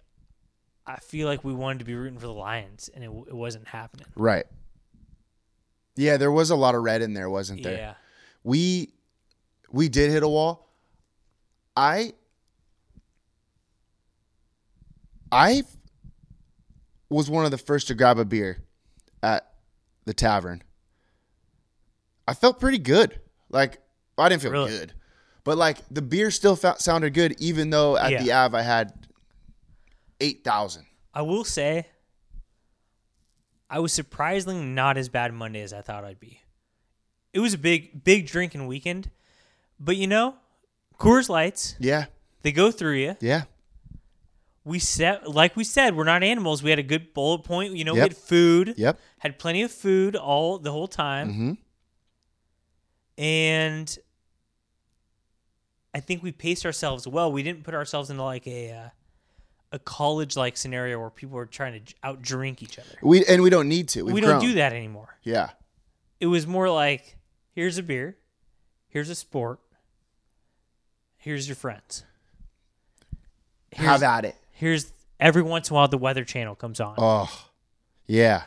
[SPEAKER 2] I feel like we wanted to be rooting for the Lions, and it, w- it wasn't happening.
[SPEAKER 1] right. Yeah, there was a lot of red in there, wasn't there?
[SPEAKER 2] Yeah,
[SPEAKER 1] we we did hit a wall. I I was one of the first to grab a beer at the tavern. I felt pretty good. Like I didn't feel
[SPEAKER 2] Really?
[SPEAKER 1] good, but like the beer still fa- sounded good, even though at the
[SPEAKER 2] Yeah.
[SPEAKER 1] Av I had eight thousand.
[SPEAKER 2] I will say, I was surprisingly not as bad Monday as I thought I'd be. It was a big, big drinking weekend, but you know, Coors Lights
[SPEAKER 1] Yeah,
[SPEAKER 2] they go through you.
[SPEAKER 1] yeah,
[SPEAKER 2] We set like we said, we're not animals. We had a good bullet point. You know,
[SPEAKER 1] Yep.
[SPEAKER 2] we had food.
[SPEAKER 1] yep,
[SPEAKER 2] had plenty of food all the whole time.
[SPEAKER 1] Mm-hmm.
[SPEAKER 2] And I think we paced ourselves well. We didn't put ourselves into like a uh, a college like scenario where people are trying to j- outdrink each other.
[SPEAKER 1] we and we don't need to. We've
[SPEAKER 2] we don't
[SPEAKER 1] grown.
[SPEAKER 2] do that anymore.
[SPEAKER 1] Yeah,
[SPEAKER 2] It was more like here's a beer, here's a sport, here's your friends. Here's-
[SPEAKER 1] have at it.
[SPEAKER 2] Here's every once in a while the weather channel comes on.
[SPEAKER 1] Oh, yeah,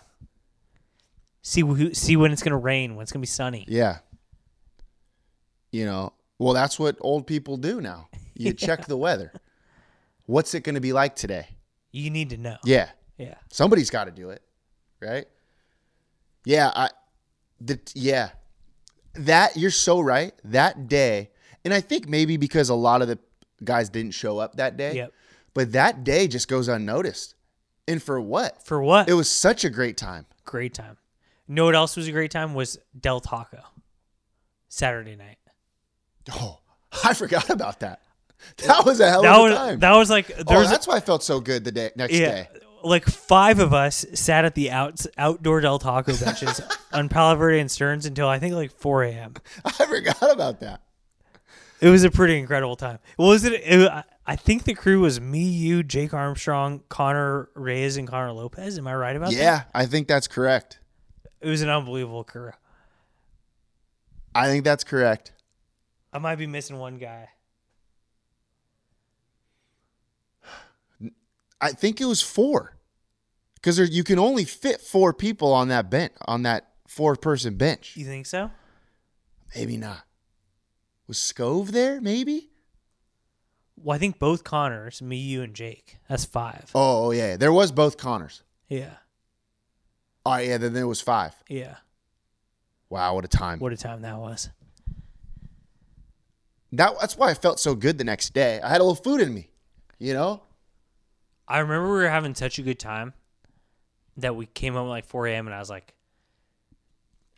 [SPEAKER 2] See who, see when it's going to rain, when it's going to be sunny.
[SPEAKER 1] Yeah. You know, well, that's what old people do now.
[SPEAKER 2] [LAUGHS]
[SPEAKER 1] You check the weather. What's it going to be like today?
[SPEAKER 2] You need to know.
[SPEAKER 1] Yeah.
[SPEAKER 2] Yeah.
[SPEAKER 1] Somebody's got to do it. Right. Yeah. I, the, yeah. That, you're so right. That day, and I think maybe because a lot of the guys didn't show up that day,
[SPEAKER 2] Yep.
[SPEAKER 1] but that day just goes unnoticed. And for what?
[SPEAKER 2] For what?
[SPEAKER 1] It was such a great time.
[SPEAKER 2] great time. Know what else was a great time was Del Taco, Saturday night.
[SPEAKER 1] Oh, [LAUGHS] I forgot about that. That was a hell
[SPEAKER 2] That
[SPEAKER 1] of a
[SPEAKER 2] was
[SPEAKER 1] time.
[SPEAKER 2] that was like there
[SPEAKER 1] Oh,
[SPEAKER 2] was a-
[SPEAKER 1] that's why I felt so good the day next
[SPEAKER 2] yeah,
[SPEAKER 1] day. [LAUGHS]
[SPEAKER 2] like five of us sat at the outs outdoor Del Taco
[SPEAKER 1] [LAUGHS]
[SPEAKER 2] benches on Palo Verde and Stearns until I think like four a.m.
[SPEAKER 1] I forgot about that.
[SPEAKER 2] It was a pretty incredible time. Was it? it I- I think the crew was me, you, Jake Armstrong, Connor Reyes, and Connor Lopez. Am I right about that?
[SPEAKER 1] Yeah, I think that's correct.
[SPEAKER 2] It was an unbelievable crew.
[SPEAKER 1] I think that's correct.
[SPEAKER 2] I might be missing one guy.
[SPEAKER 1] I think it was four, because you can only fit four people on that bench on that four person bench.
[SPEAKER 2] You think so?
[SPEAKER 1] Maybe not. Was Scove there? Maybe.
[SPEAKER 2] Well, I think both Connors, me, you, and Jake. That's five.
[SPEAKER 1] Oh oh, yeah, there was both Connors.
[SPEAKER 2] Yeah.
[SPEAKER 1] Oh yeah, then there was five.
[SPEAKER 2] Yeah.
[SPEAKER 1] Wow, what a time.
[SPEAKER 2] What a time that was.
[SPEAKER 1] That that's why I felt so good the next day. I had a little food in me, you know.
[SPEAKER 2] I remember we were having such a good time that we came home at like 4 a.m. and I was like,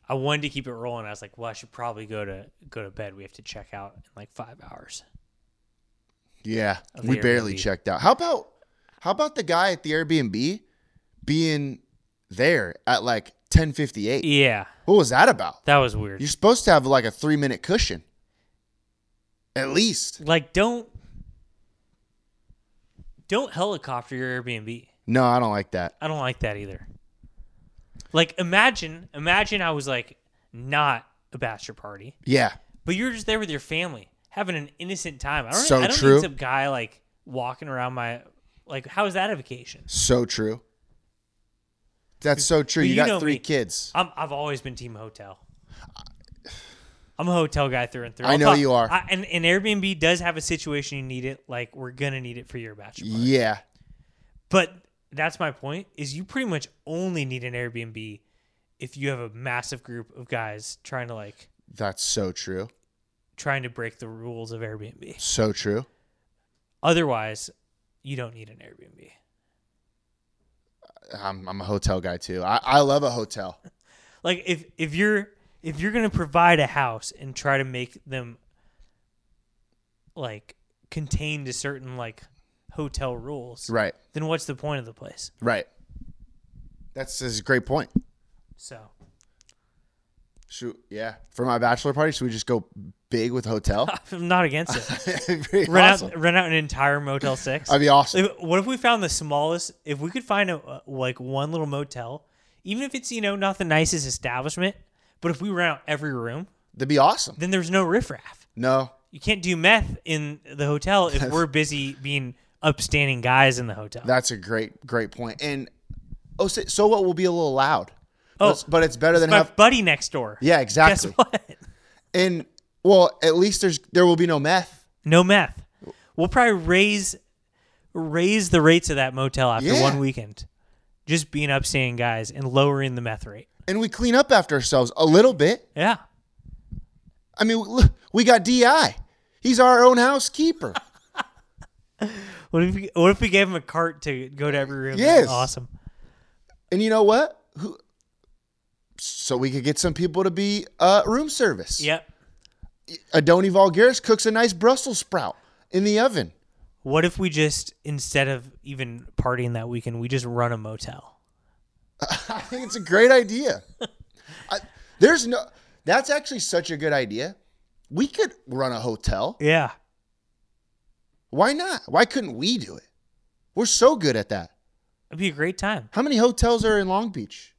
[SPEAKER 2] I wanted to keep it rolling. I was like, well, I should probably go to go to bed. We have to check out in like five hours.
[SPEAKER 1] Yeah,
[SPEAKER 2] of the
[SPEAKER 1] we barely
[SPEAKER 2] Airbnb.
[SPEAKER 1] checked out. How about how about the guy at the Airbnb being there at like 10:58?
[SPEAKER 2] Yeah,
[SPEAKER 1] What was that about?
[SPEAKER 2] that was weird.
[SPEAKER 1] You're supposed to have like a 3-minute cushion. At least.
[SPEAKER 2] like, don't don't helicopter your Airbnb.
[SPEAKER 1] No, I don't like that.
[SPEAKER 2] I don't like that either. Like, imagine, imagine I was like not a bachelor party,
[SPEAKER 1] Yeah.
[SPEAKER 2] but you're just there with your family having an innocent time. I don't,
[SPEAKER 1] So
[SPEAKER 2] I don't
[SPEAKER 1] true.
[SPEAKER 2] need some guy like walking around my like. How is that a vacation?
[SPEAKER 1] So true. That's so
[SPEAKER 2] But
[SPEAKER 1] true. You,
[SPEAKER 2] you know
[SPEAKER 1] got three
[SPEAKER 2] me.
[SPEAKER 1] kids.
[SPEAKER 2] I'm, I've always been team hotel. I'm a hotel guy through and through.
[SPEAKER 1] I
[SPEAKER 2] I'll
[SPEAKER 1] know you are.
[SPEAKER 2] I, and, and Airbnb does have a situation you need it. Like we're gonna need it for your bachelor. party.
[SPEAKER 1] Yeah.
[SPEAKER 2] But that's my point. Is you pretty much only need an Airbnb if you have a massive group of guys trying to like
[SPEAKER 1] That's so true.
[SPEAKER 2] trying to break the rules of Airbnb.
[SPEAKER 1] So true.
[SPEAKER 2] Otherwise, you don't need an Airbnb.
[SPEAKER 1] I'm, I'm a hotel guy too. I, I love a hotel.
[SPEAKER 2] Like if if you're if you're gonna provide a house and try to make them like contained to certain like hotel rules,
[SPEAKER 1] Right.
[SPEAKER 2] then what's the point of the place?
[SPEAKER 1] Right. That's, that's a great point.
[SPEAKER 2] So
[SPEAKER 1] Shoot. Yeah. For my bachelor party, should we just go big
[SPEAKER 2] [LAUGHS]
[SPEAKER 1] with hotel? [LAUGHS]
[SPEAKER 2] I'm not against it.
[SPEAKER 1] That'd be
[SPEAKER 2] rent
[SPEAKER 1] awesome.
[SPEAKER 2] out rent out an entire Motel Six.
[SPEAKER 1] That'd be awesome.
[SPEAKER 2] If- what if we found the smallest? If we could find a uh, like one little motel, even if it's you know not the nicest establishment, but if we rent out every room,
[SPEAKER 1] That'd be awesome.
[SPEAKER 2] then there's no riffraff.
[SPEAKER 1] No.
[SPEAKER 2] You can't do meth in the hotel if we're busy being upstanding guys in the hotel.
[SPEAKER 1] That's a great, great point. And oh, so, so what will be a little loud?
[SPEAKER 2] Oh.
[SPEAKER 1] But it's, but it's better than
[SPEAKER 2] My
[SPEAKER 1] have.
[SPEAKER 2] buddy next door.
[SPEAKER 1] Yeah,
[SPEAKER 2] Guess
[SPEAKER 1] exactly.
[SPEAKER 2] what?
[SPEAKER 1] And well, at least there's there will be no meth.
[SPEAKER 2] No meth. We'll probably raise raise the rates of that motel after
[SPEAKER 1] Yeah.
[SPEAKER 2] one weekend, just being upstanding guys and lowering the meth rate.
[SPEAKER 1] And we clean up after ourselves a little bit.
[SPEAKER 2] Yeah.
[SPEAKER 1] I mean, look, we got DI. He's our
[SPEAKER 2] [LAUGHS]
[SPEAKER 1] own housekeeper.
[SPEAKER 2] What if we, what if we gave him a cart to go to every room?
[SPEAKER 1] Yes.
[SPEAKER 2] Awesome.
[SPEAKER 1] and you know what? Who so we could get some people to be uh, room service.
[SPEAKER 2] Yep.
[SPEAKER 1] Adoni Vulgaris cooks a nice Brussels sprout in the oven. [LAUGHS]
[SPEAKER 2] What if we just instead of even partying that weekend, we just run a motel?
[SPEAKER 1] I think it's a great idea. I, there's no. That's actually such a good idea. We could run a hotel.
[SPEAKER 2] Yeah.
[SPEAKER 1] Why not? Why couldn't we do it? We're so good at that.
[SPEAKER 2] It'd be a great time.
[SPEAKER 1] How many hotels are in Long Beach?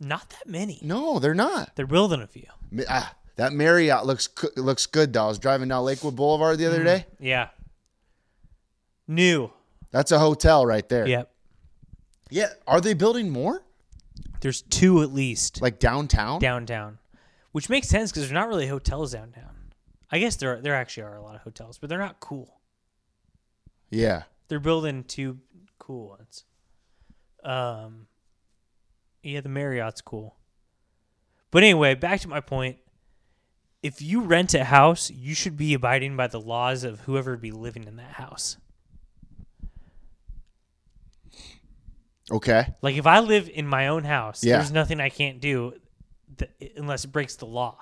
[SPEAKER 2] Not that many.
[SPEAKER 1] No, they're not.
[SPEAKER 2] They're building a few.
[SPEAKER 1] Ma- Ah, that Marriott looks co- looks good. Though I was driving down Lakewood Boulevard the other
[SPEAKER 2] Mm-hmm.
[SPEAKER 1] day.
[SPEAKER 2] Yeah. New.
[SPEAKER 1] That's a hotel right there.
[SPEAKER 2] Yep.
[SPEAKER 1] Yeah. Are they building more
[SPEAKER 2] There's two at least
[SPEAKER 1] like downtown?
[SPEAKER 2] downtown, which makes sense because there's not really hotels downtown. I guess there are, there actually are a lot of hotels, but they're not cool.
[SPEAKER 1] Yeah.
[SPEAKER 2] They're building two cool ones. Um, yeah, the Marriott's cool. But anyway, back to my point. If you rent a house, you should be abiding by the laws of whoever would be living in that house.
[SPEAKER 1] Okay.
[SPEAKER 2] Like if I live in my own house,
[SPEAKER 1] Yeah.
[SPEAKER 2] there's nothing I can't do th- unless it breaks the law.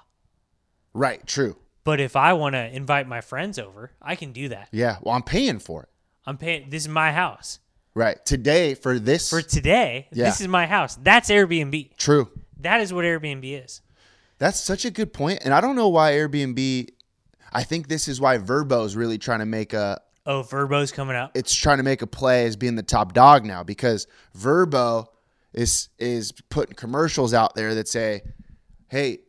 [SPEAKER 1] Right. True.
[SPEAKER 2] But if I want to invite my friends over, I can do that.
[SPEAKER 1] Yeah. Well, I'm paying for it.
[SPEAKER 2] I'm paying. This is my house
[SPEAKER 1] Right. Today for this.
[SPEAKER 2] for today.
[SPEAKER 1] Yeah.
[SPEAKER 2] This is my house. That's Airbnb.
[SPEAKER 1] true.
[SPEAKER 2] That is what Airbnb is.
[SPEAKER 1] That's such a good point, and I don't know why Airbnb. I think this is why Verbo's really trying to make a.
[SPEAKER 2] Oh, Verbo's coming up.
[SPEAKER 1] It's trying to make a play as being the top dog now because Verbo is is putting commercials out there that say, "Hey,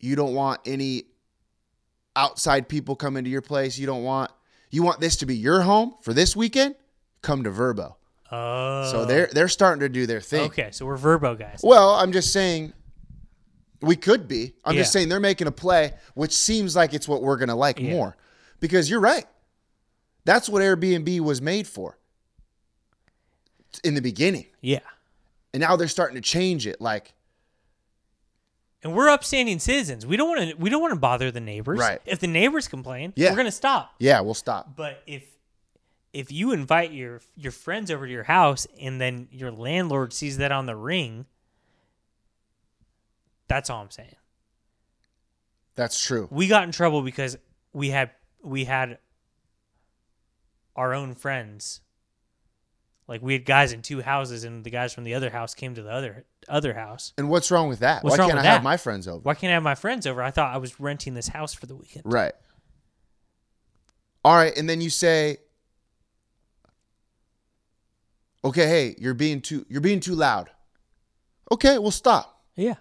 [SPEAKER 1] you don't want any outside people coming to your place. You don't want you want this to be your home for this weekend. Come to Verbo."
[SPEAKER 2] Oh,
[SPEAKER 1] So they're they're starting to do their thing.
[SPEAKER 2] okay. So we're Verbo guys.
[SPEAKER 1] Well, I'm just saying we could be. I'm just
[SPEAKER 2] Yeah.
[SPEAKER 1] saying they're making a play, which seems like it's what we're going to like
[SPEAKER 2] Yeah.
[SPEAKER 1] more because you're right. That's what Airbnb was made for in the beginning.
[SPEAKER 2] Yeah,
[SPEAKER 1] And now they're starting to change it. Like,
[SPEAKER 2] and we're upstanding citizens. We don't want to. We don't want to bother the neighbors.
[SPEAKER 1] Right.
[SPEAKER 2] If the neighbors complain,
[SPEAKER 1] Yeah.
[SPEAKER 2] we're gonna stop.
[SPEAKER 1] yeah, we'll stop.
[SPEAKER 2] But if if you invite your your friends over to your house and then your landlord sees that on the ring, that's all I'm saying.
[SPEAKER 1] That's true.
[SPEAKER 2] We got in trouble because we had we had our own friends. Like we had guys in two houses and the guys from the other house came to the other other house.
[SPEAKER 1] And what's wrong with that?
[SPEAKER 2] What's
[SPEAKER 1] Why
[SPEAKER 2] wrong
[SPEAKER 1] can't I
[SPEAKER 2] with
[SPEAKER 1] have
[SPEAKER 2] that?
[SPEAKER 1] my friends over?
[SPEAKER 2] Why can't I have my friends over? I thought I was renting this house for the weekend.
[SPEAKER 1] Right. All right, and then you say, "Okay, hey, you're being too you're being too loud." Okay, we'll stop.
[SPEAKER 2] Yeah.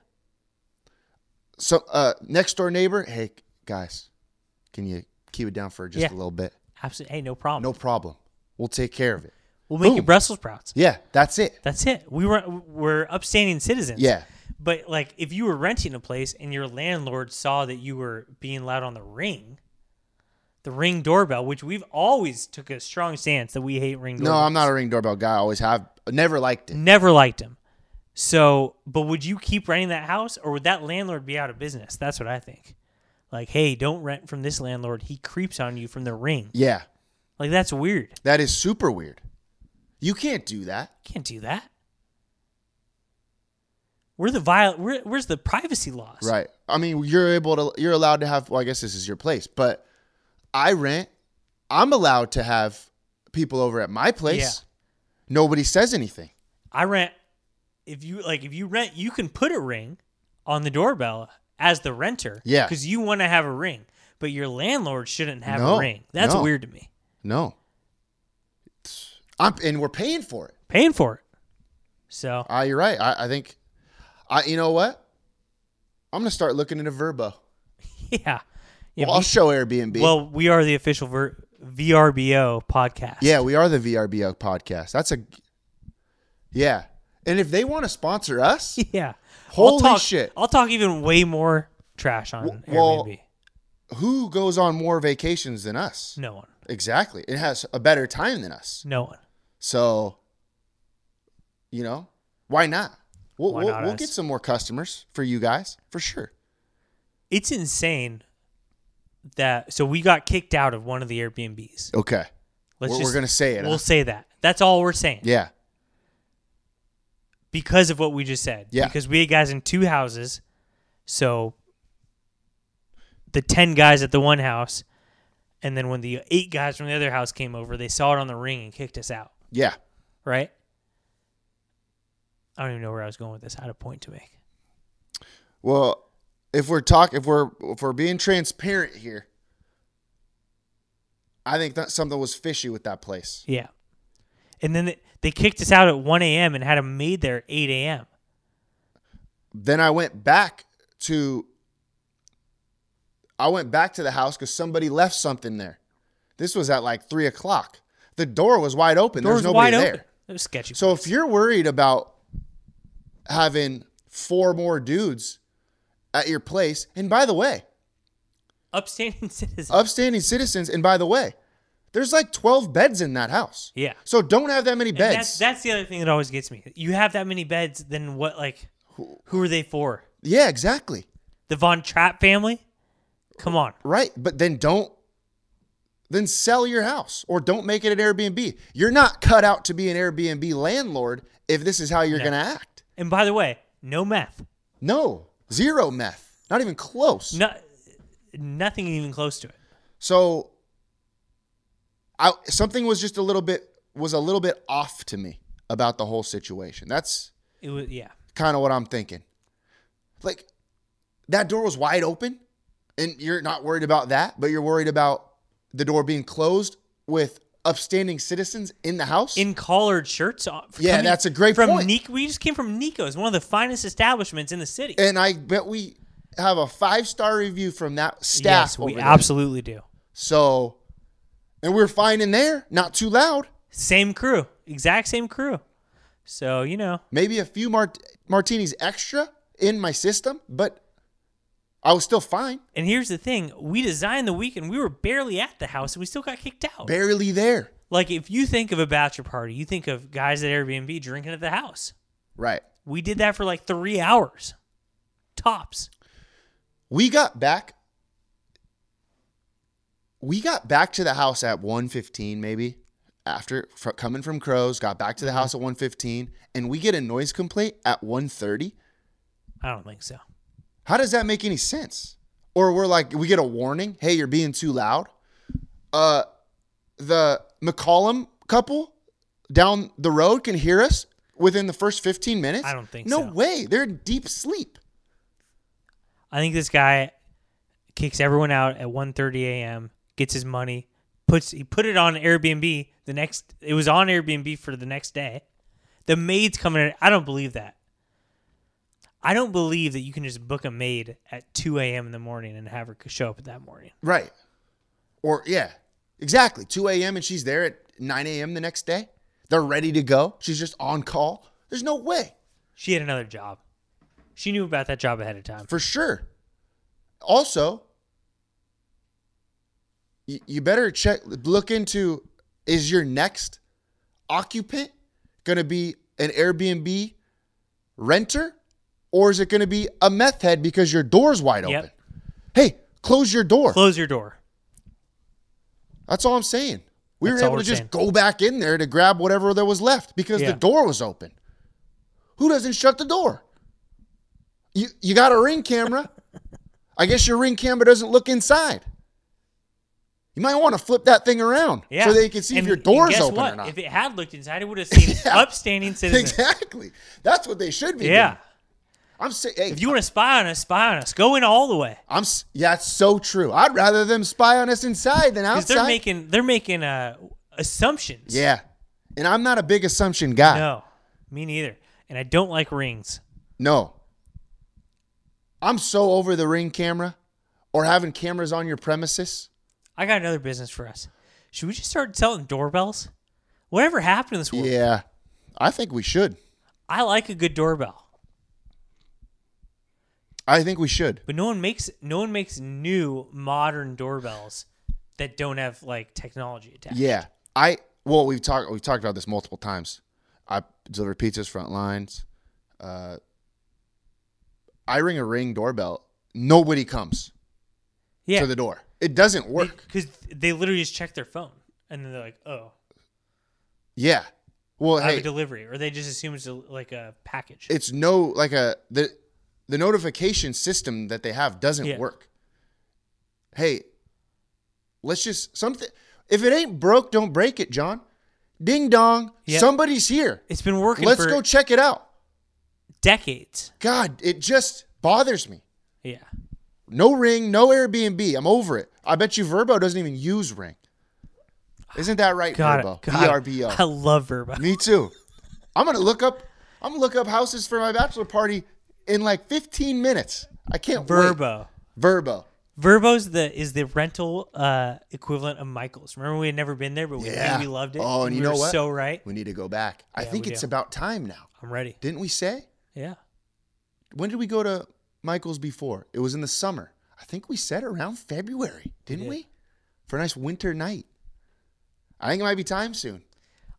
[SPEAKER 1] so uh, next door neighbor, hey guys, can you keep it down for just
[SPEAKER 2] Yeah.
[SPEAKER 1] a little bit?
[SPEAKER 2] Absolutely. Hey, no problem.
[SPEAKER 1] No problem. We'll take care of it.
[SPEAKER 2] We'll make you
[SPEAKER 1] Boom.
[SPEAKER 2] Brussels sprouts.
[SPEAKER 1] Yeah, that's it.
[SPEAKER 2] That's it. We were we're upstanding citizens.
[SPEAKER 1] Yeah.
[SPEAKER 2] But like if you were renting a place and your landlord saw that you were being loud on the ring, the ring doorbell, which we've always took a strong stance that we hate ring
[SPEAKER 1] No,
[SPEAKER 2] doorbells.
[SPEAKER 1] I'm not a ring doorbell guy. I always have. Never liked it.
[SPEAKER 2] Never liked him. So, but would you keep renting that house or would that landlord be out of business? That's what I think. Like, hey, don't rent from this landlord. He creeps on you from the ring.
[SPEAKER 1] Yeah,
[SPEAKER 2] Like that's weird.
[SPEAKER 1] that is super weird. You can't do that.
[SPEAKER 2] Can't do that. We're the viol- we're, where's the privacy laws?
[SPEAKER 1] Right. I mean, you're able to. You're allowed to have. Well, I guess this is your place, but I rent. I'm allowed to have people over at my place.
[SPEAKER 2] Yeah.
[SPEAKER 1] Nobody says anything.
[SPEAKER 2] I rent if you like if you rent you can put a ring on the doorbell as the renter.
[SPEAKER 1] Yeah.
[SPEAKER 2] Because you want to have a ring. But your landlord shouldn't have
[SPEAKER 1] No,
[SPEAKER 2] a ring. That's
[SPEAKER 1] no.
[SPEAKER 2] weird to me.
[SPEAKER 1] No. I'm and we're paying for it.
[SPEAKER 2] Paying for it. So [LAUGHS]
[SPEAKER 1] Ah, you're right. I, I think. I you know what? I'm gonna start looking into Verbo.
[SPEAKER 2] yeah. yeah
[SPEAKER 1] well, I'll
[SPEAKER 2] we-
[SPEAKER 1] show Airbnb.
[SPEAKER 2] well, we are the official ver- VRBO podcast.
[SPEAKER 1] yeah, we are the VRBO podcast. That's a. Yeah, and if they want to
[SPEAKER 2] [LAUGHS]
[SPEAKER 1] sponsor us,
[SPEAKER 2] [LAUGHS] Yeah.
[SPEAKER 1] Holy
[SPEAKER 2] I'll talk,
[SPEAKER 1] shit.
[SPEAKER 2] I'll talk even way more trash on
[SPEAKER 1] W- well-
[SPEAKER 2] Airbnb.
[SPEAKER 1] who goes on more vacations than us?
[SPEAKER 2] no one.
[SPEAKER 1] Exactly. It has a better time than us.
[SPEAKER 2] No one.
[SPEAKER 1] So, you know, why not? We'll,
[SPEAKER 2] Why
[SPEAKER 1] we'll,
[SPEAKER 2] not
[SPEAKER 1] we'll
[SPEAKER 2] us?
[SPEAKER 1] get some more customers for you guys for sure.
[SPEAKER 2] It's insane that so we got kicked out of one of the Airbnbs.
[SPEAKER 1] Okay.
[SPEAKER 2] Let's
[SPEAKER 1] We're- we're
[SPEAKER 2] just,
[SPEAKER 1] gonna say it,
[SPEAKER 2] We'll
[SPEAKER 1] huh?
[SPEAKER 2] say that. That's all we're saying
[SPEAKER 1] Yeah.
[SPEAKER 2] because of what we just said.
[SPEAKER 1] Yeah.
[SPEAKER 2] Because we had guys in two houses, so the ten guys at the one house, and then when the eight guys from the other house came over, they saw it on the ring and kicked us out.
[SPEAKER 1] Yeah.
[SPEAKER 2] Right? I don't even know where I was going with this. I had a point to make.
[SPEAKER 1] Well, if we're talk, if we're if we're being transparent here, I think that something was fishy with that place.
[SPEAKER 2] Yeah. And then they- they kicked us out at 1 a.m. and had them made there at 8 a.m.
[SPEAKER 1] Then I went back to. I went back to the house because somebody left something there. This was at like three o'clock. The door was wide open.
[SPEAKER 2] Doors
[SPEAKER 1] There's nobody
[SPEAKER 2] wide
[SPEAKER 1] there.
[SPEAKER 2] open. It was sketchy.
[SPEAKER 1] So if you're worried about having four more dudes at your place, and by the way,
[SPEAKER 2] upstanding [LAUGHS] citizens.
[SPEAKER 1] upstanding citizens, and by the way, there's like 12 beds in that house.
[SPEAKER 2] Yeah.
[SPEAKER 1] So don't have that many
[SPEAKER 2] And
[SPEAKER 1] beds.
[SPEAKER 2] That's, that's the other thing that always gets me. You have that many beds, then what? Like, who are they for?
[SPEAKER 1] yeah, exactly.
[SPEAKER 2] The Von Trapp family? Come on.
[SPEAKER 1] Right. But then don't then sell your house or don't make it an Airbnb. You're not cut out to be an Airbnb landlord if this is how you're going to act.
[SPEAKER 2] And by the way, no meth.
[SPEAKER 1] No. Zero meth. Not even close.
[SPEAKER 2] No, nothing even close to it.
[SPEAKER 1] So I something was just a little bit was a little bit off to me about the whole situation. That's
[SPEAKER 2] It was yeah.
[SPEAKER 1] kind of what I'm thinking. Like that door was wide open and you're not worried about that, but you're worried about the door being closed with upstanding citizens in the house.
[SPEAKER 2] In collared shirts. uh, f-
[SPEAKER 1] Yeah, that's a great
[SPEAKER 2] from
[SPEAKER 1] point.
[SPEAKER 2] Nico. We just came from Nico's, one of the finest establishments in the city.
[SPEAKER 1] and I bet we have a five-star review from that staff
[SPEAKER 2] yes, we
[SPEAKER 1] over there.
[SPEAKER 2] absolutely do.
[SPEAKER 1] So and we're fine in there, not too loud.
[SPEAKER 2] Same crew, exact same crew. So you know,
[SPEAKER 1] maybe a few mart- martinis extra in my system, but I was still fine.
[SPEAKER 2] and here's the thing: we designed the weekend. We were barely at the house, and we still got kicked out.
[SPEAKER 1] Barely there.
[SPEAKER 2] Like if you think of a bachelor party, you think of guys at Airbnb drinking at the house.
[SPEAKER 1] Right.
[SPEAKER 2] We did that for like three hours, tops.
[SPEAKER 1] We got back. We got back to the house at 1:15 maybe. After fr- coming from Crows, got back to
[SPEAKER 2] Mm-hmm.
[SPEAKER 1] the house at 1:15 and we get a noise complaint at 1:30.
[SPEAKER 2] I don't think so.
[SPEAKER 1] How does that make any sense? Or we're like, we get a warning. Hey, you're being too loud. Uh, the McCollum couple down the road can hear us within the first 15 minutes.
[SPEAKER 2] I don't think
[SPEAKER 1] no
[SPEAKER 2] so.
[SPEAKER 1] way. They're in deep sleep.
[SPEAKER 2] I think this guy kicks everyone out at 1:30 a.m. gets his money, puts he put it on Airbnb the next. It was on Airbnb for the next day. The maid's coming in. I don't believe that. I don't believe that you can just book a maid at 2 a.m. in the morning and have her show up that morning.
[SPEAKER 1] Right. Or yeah, exactly. 2 a.m. and she's there at 9 a.m. the next day. They're ready to go. She's just on call. There's no way
[SPEAKER 2] She had another job. She knew about that job ahead of time.
[SPEAKER 1] for sure. Also, you, you better check. Look into is your next occupant going to be an Airbnb renter, or is it going to be a meth head because your door's wide open?
[SPEAKER 2] Yep.
[SPEAKER 1] Hey, close your door.
[SPEAKER 2] Close your door.
[SPEAKER 1] That's all I'm saying. We
[SPEAKER 2] That's
[SPEAKER 1] were
[SPEAKER 2] all
[SPEAKER 1] able
[SPEAKER 2] we're
[SPEAKER 1] to just
[SPEAKER 2] saying.
[SPEAKER 1] go back in there to grab whatever there was left because
[SPEAKER 2] Yeah.
[SPEAKER 1] the door was open. Who doesn't shut the door? You you got a ring
[SPEAKER 2] [LAUGHS]
[SPEAKER 1] camera. I guess your ring camera doesn't look inside. You might want to flip that thing around
[SPEAKER 2] Yeah.
[SPEAKER 1] so they can see
[SPEAKER 2] And-
[SPEAKER 1] if your
[SPEAKER 2] and
[SPEAKER 1] door's
[SPEAKER 2] guess
[SPEAKER 1] open
[SPEAKER 2] what?
[SPEAKER 1] or not.
[SPEAKER 2] If it had looked inside, it would have seen
[SPEAKER 1] [LAUGHS] Yeah.
[SPEAKER 2] upstanding citizens.
[SPEAKER 1] exactly. That's what they should be.
[SPEAKER 2] Yeah.
[SPEAKER 1] doing. I'm saying. Hey,
[SPEAKER 2] If you want to spy on us, spy on us. Go in all the way.
[SPEAKER 1] I'm. s- Yeah, it's so true. I'd rather them spy on us inside than
[SPEAKER 2] Because
[SPEAKER 1] outside.
[SPEAKER 2] they're making they're making uh, assumptions.
[SPEAKER 1] yeah, and I'm not a big assumption guy.
[SPEAKER 2] No, me neither. And I don't like rings.
[SPEAKER 1] No. I'm so over the ring camera or having cameras on your premises.
[SPEAKER 2] I got another business for us. Should we just start selling doorbells? Whatever happened in this world,
[SPEAKER 1] Yeah. I think we should.
[SPEAKER 2] I like a good doorbell,
[SPEAKER 1] I think we should.
[SPEAKER 2] but no one makes no one makes new modern doorbells that don't have like technology attached.
[SPEAKER 1] Yeah. I well, we've talked we've talked about this multiple times. I deliver pizzas, front lines. Uh I ring a ring doorbell. Nobody comes
[SPEAKER 2] yeah.
[SPEAKER 1] to the door. It doesn't work.
[SPEAKER 2] Because they literally just check their phone and then they're like, "Oh,
[SPEAKER 1] yeah. Well,
[SPEAKER 2] I have
[SPEAKER 1] hey,
[SPEAKER 2] a delivery," or they just assume it's a, like a package.
[SPEAKER 1] it's no like a the the notification system that they have doesn't
[SPEAKER 2] Yeah.
[SPEAKER 1] work. Hey, let's just something if it ain't broke, don't break it, John. Ding dong,
[SPEAKER 2] Yep.
[SPEAKER 1] somebody's here.
[SPEAKER 2] it's been working
[SPEAKER 1] Let's
[SPEAKER 2] for
[SPEAKER 1] go check it out.
[SPEAKER 2] decades.
[SPEAKER 1] God, it just bothers me.
[SPEAKER 2] Yeah.
[SPEAKER 1] No ring, no Airbnb. I'm over it. I bet you Verbo doesn't even use ring. Isn't that right,
[SPEAKER 2] Got
[SPEAKER 1] Verbo?
[SPEAKER 2] it. Got it.
[SPEAKER 1] VRBO.
[SPEAKER 2] I love Verbo.
[SPEAKER 1] Me too. I'm gonna look up. I'm gonna look up houses for my bachelor party in like 15 minutes. I can't wait.
[SPEAKER 2] Verbo.
[SPEAKER 1] Verbo.
[SPEAKER 2] Verbo's the is the rental uh, equivalent of Michael's. Remember, we had never been there, but we knew we loved it.
[SPEAKER 1] Oh, and
[SPEAKER 2] we
[SPEAKER 1] you
[SPEAKER 2] were
[SPEAKER 1] know what?
[SPEAKER 2] So right.
[SPEAKER 1] We need to go back. I
[SPEAKER 2] Yeah,
[SPEAKER 1] think
[SPEAKER 2] we
[SPEAKER 1] it's
[SPEAKER 2] do.
[SPEAKER 1] about time now.
[SPEAKER 2] I'm ready.
[SPEAKER 1] Didn't we say?
[SPEAKER 2] Yeah.
[SPEAKER 1] When did we go to Michael's before? It was in the summer. I think we said around February, didn't we? For a nice winter night. I think it might be time soon.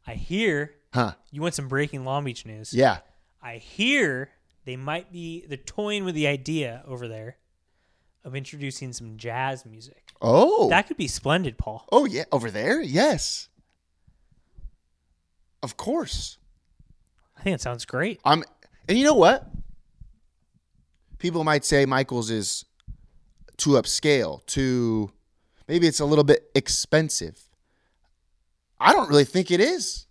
[SPEAKER 2] I hear
[SPEAKER 1] Huh.
[SPEAKER 2] you want some breaking Long Beach news.
[SPEAKER 1] Yeah.
[SPEAKER 2] I hear they might be they're toying with the idea over there of introducing some jazz music.
[SPEAKER 1] Oh.
[SPEAKER 2] That could be splendid, Paul.
[SPEAKER 1] oh yeah. Over there? Yes. Of course.
[SPEAKER 2] I think it sounds great.
[SPEAKER 1] I'm and you know what? People might say Michaels is too upscale, too maybe it's a little bit expensive. I don't really think it is.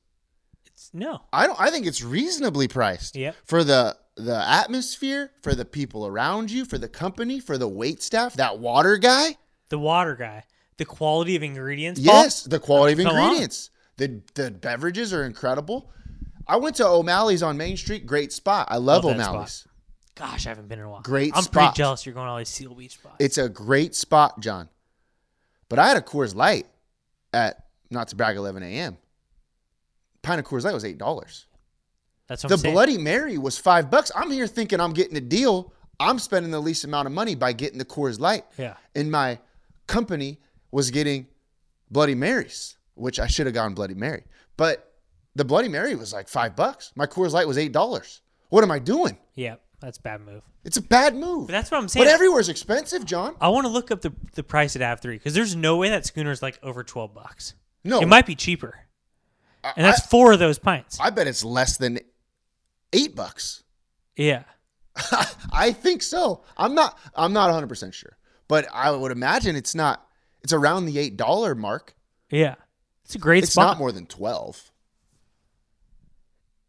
[SPEAKER 2] It's no.
[SPEAKER 1] I don't I think it's reasonably priced.
[SPEAKER 2] Yep.
[SPEAKER 1] For the the atmosphere, for the people around you, for the company, for the wait staff, that water guy.
[SPEAKER 2] The water guy. The quality of ingredients. Oh, Paul?
[SPEAKER 1] Yes, the quality of
[SPEAKER 2] Come on.
[SPEAKER 1] ingredients. The the beverages are incredible. I went to O'Malley's on Main Street, great spot. I love,
[SPEAKER 2] Love that spot.
[SPEAKER 1] O'Malley's.
[SPEAKER 2] Gosh, I haven't been in a while.
[SPEAKER 1] Great
[SPEAKER 2] I'm
[SPEAKER 1] spot.
[SPEAKER 2] pretty jealous you're going to all these Seal Beach spots.
[SPEAKER 1] It's a great spot, John. But I had a Coors Light at not to brag 11 a.m. Pint of Coors Light was eight dollars.
[SPEAKER 2] That's what
[SPEAKER 1] The
[SPEAKER 2] I'm saying.
[SPEAKER 1] Bloody Mary was five bucks. I'm here thinking I'm getting a deal. I'm spending the least amount of money by getting the Coors Light.
[SPEAKER 2] Yeah.
[SPEAKER 1] And my company was getting Bloody Marys, which I should have gone Bloody Mary. But the Bloody Mary was like five bucks. My Coors Light was eight dollars. What am I doing?
[SPEAKER 2] Yeah, that's a bad move.
[SPEAKER 1] It's a bad move.
[SPEAKER 2] But that's what I'm saying.
[SPEAKER 1] But everywhere's expensive, John.
[SPEAKER 2] I want to look up the, the price at Av three because there's no way that schooner's like over twelve bucks.
[SPEAKER 1] No,
[SPEAKER 2] it might be cheaper, and that's four of those pints.
[SPEAKER 1] I bet it's less than eight bucks. [LAUGHS]
[SPEAKER 2] yeah,
[SPEAKER 1] I think so. I'm not. I'm not 100 percent sure, but I would imagine it's not. It's around the eight dollar mark.
[SPEAKER 2] yeah, it's a great
[SPEAKER 1] It's,
[SPEAKER 2] spot.
[SPEAKER 1] not more than twelve.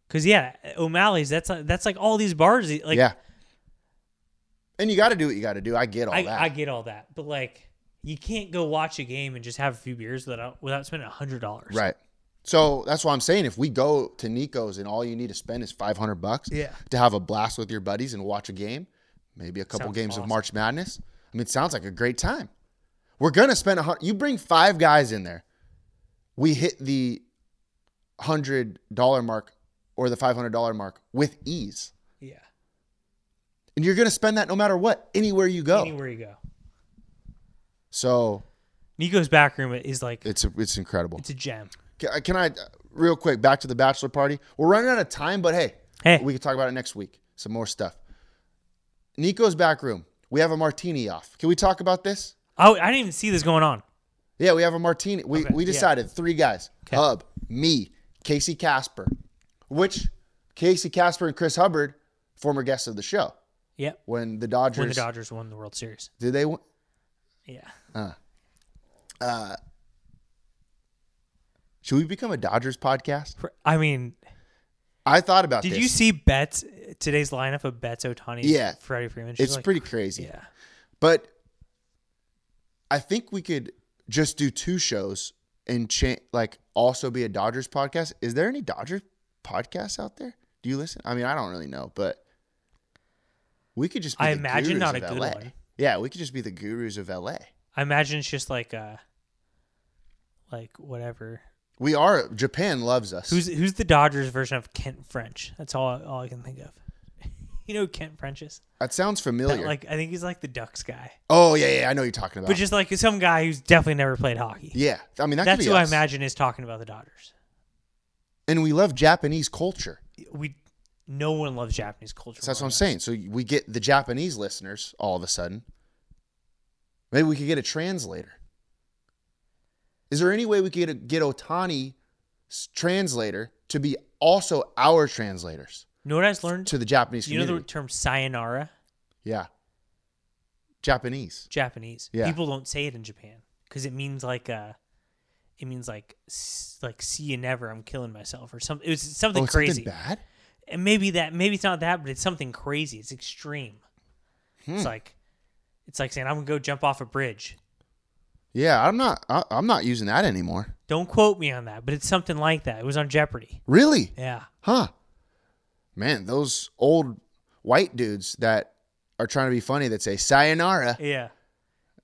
[SPEAKER 2] Because yeah, O'Malley's that's like, that's like all these bars. Like
[SPEAKER 1] yeah. And you got to do what you got to do. I get all
[SPEAKER 2] I,
[SPEAKER 1] that.
[SPEAKER 2] I get all that, but like you can't go watch a game and just have a few beers without without spending a hundred dollars.
[SPEAKER 1] right. So that's why I'm saying if we go to Nico's and all you need to spend is 500 bucks
[SPEAKER 3] Yeah.
[SPEAKER 1] to have a blast with your buddies and watch a game, maybe a couple
[SPEAKER 2] Sounds
[SPEAKER 1] games
[SPEAKER 2] awesome.
[SPEAKER 1] of March Madness. I mean, it sounds like a great time. We're going to spend a hundred. You bring five guys in there. We hit the $100 mark or the $500 mark with ease.
[SPEAKER 3] Yeah.
[SPEAKER 1] And you're going to spend that no matter what, anywhere you go.
[SPEAKER 2] Anywhere you go.
[SPEAKER 1] So
[SPEAKER 2] Nico's back room is like
[SPEAKER 1] it's, it's incredible.
[SPEAKER 2] it's a gem.
[SPEAKER 1] Can, can I, uh, real quick, back to the bachelor party? We're running out of time, but hey,
[SPEAKER 2] Hey.
[SPEAKER 1] we can talk about it next week. Some more stuff. Nico's back room. We have a martini off. Can we talk about this?
[SPEAKER 2] Oh, I didn't even see this going on.
[SPEAKER 1] Yeah, we have a martini. We,
[SPEAKER 2] Okay,
[SPEAKER 1] we
[SPEAKER 2] yeah.
[SPEAKER 1] decided three guys Hub, me, Casey Casper, which Casey Casper and Chris Hubbard, former guests of the show,
[SPEAKER 2] Yep.
[SPEAKER 1] when the Dodgers.
[SPEAKER 2] When the Dodgers won the World Series.
[SPEAKER 1] Did they? win-
[SPEAKER 2] Yeah.
[SPEAKER 1] Should we become a Dodgers podcast?
[SPEAKER 2] For- I mean,
[SPEAKER 1] I thought about
[SPEAKER 2] did
[SPEAKER 1] this.
[SPEAKER 2] you see Betts today's lineup of Betts Otani?
[SPEAKER 1] Yeah.
[SPEAKER 2] Freddie Freeman. She's
[SPEAKER 1] It's
[SPEAKER 2] like,
[SPEAKER 1] pretty crazy.
[SPEAKER 2] Yeah.
[SPEAKER 1] But I think we could just do two shows and cha- like also be a Dodgers podcast. Is there any Dodgers podcasts out there? Do you listen? I mean, I don't really know, but we could just. Be
[SPEAKER 2] I
[SPEAKER 1] the
[SPEAKER 2] imagine
[SPEAKER 1] gurus
[SPEAKER 2] not
[SPEAKER 1] of
[SPEAKER 2] a good
[SPEAKER 1] LA.
[SPEAKER 2] one.
[SPEAKER 1] Yeah, we could just be the gurus of LA.
[SPEAKER 2] I imagine it's just like uh like whatever.
[SPEAKER 1] We are. Japan loves us.
[SPEAKER 2] Who's who's the Dodgers version of Kent French? That's all all I can think of. [LAUGHS] You know who Kent French is?
[SPEAKER 1] that sounds
[SPEAKER 2] That,
[SPEAKER 1] familiar.
[SPEAKER 2] like I think he's like the Ducks guy.
[SPEAKER 1] oh yeah, yeah, I know you're talking about.
[SPEAKER 2] But just like some guy who's definitely never played hockey.
[SPEAKER 1] yeah, I mean that
[SPEAKER 2] That's
[SPEAKER 1] could be
[SPEAKER 2] who I
[SPEAKER 1] us.
[SPEAKER 2] imagine is talking about the Dodgers.
[SPEAKER 1] And we love Japanese culture.
[SPEAKER 2] We no one loves Japanese culture.
[SPEAKER 1] So that's
[SPEAKER 2] more
[SPEAKER 1] what I'm
[SPEAKER 2] than us.
[SPEAKER 1] saying. So we get the Japanese listeners all of a sudden. Maybe we could get a translator. Is there any way we could get, a, get Otani's translator to be also our translators
[SPEAKER 2] You know what I just learned?
[SPEAKER 1] to the Japanese
[SPEAKER 2] you know
[SPEAKER 1] community?
[SPEAKER 2] the term sayonara?
[SPEAKER 1] yeah. Japanese.
[SPEAKER 2] Japanese.
[SPEAKER 1] Yeah.
[SPEAKER 2] People don't say it in Japan because it means like uh it means like s- like see you never. I'm killing myself or something. It was something
[SPEAKER 1] oh, it's
[SPEAKER 2] crazy.
[SPEAKER 1] something bad?
[SPEAKER 2] and maybe that maybe it's not that, but it's something crazy. It's extreme.
[SPEAKER 1] Hmm.
[SPEAKER 2] It's like it's like saying I'm gonna go jump off a bridge.
[SPEAKER 1] Yeah, I'm not I, I'm not using that anymore.
[SPEAKER 2] Don't quote me on that, but it's something like that. It was on Jeopardy.
[SPEAKER 1] Really?
[SPEAKER 2] Yeah.
[SPEAKER 1] Huh. Man, those old white dudes that are trying to be funny that say sayonara,
[SPEAKER 2] Yeah.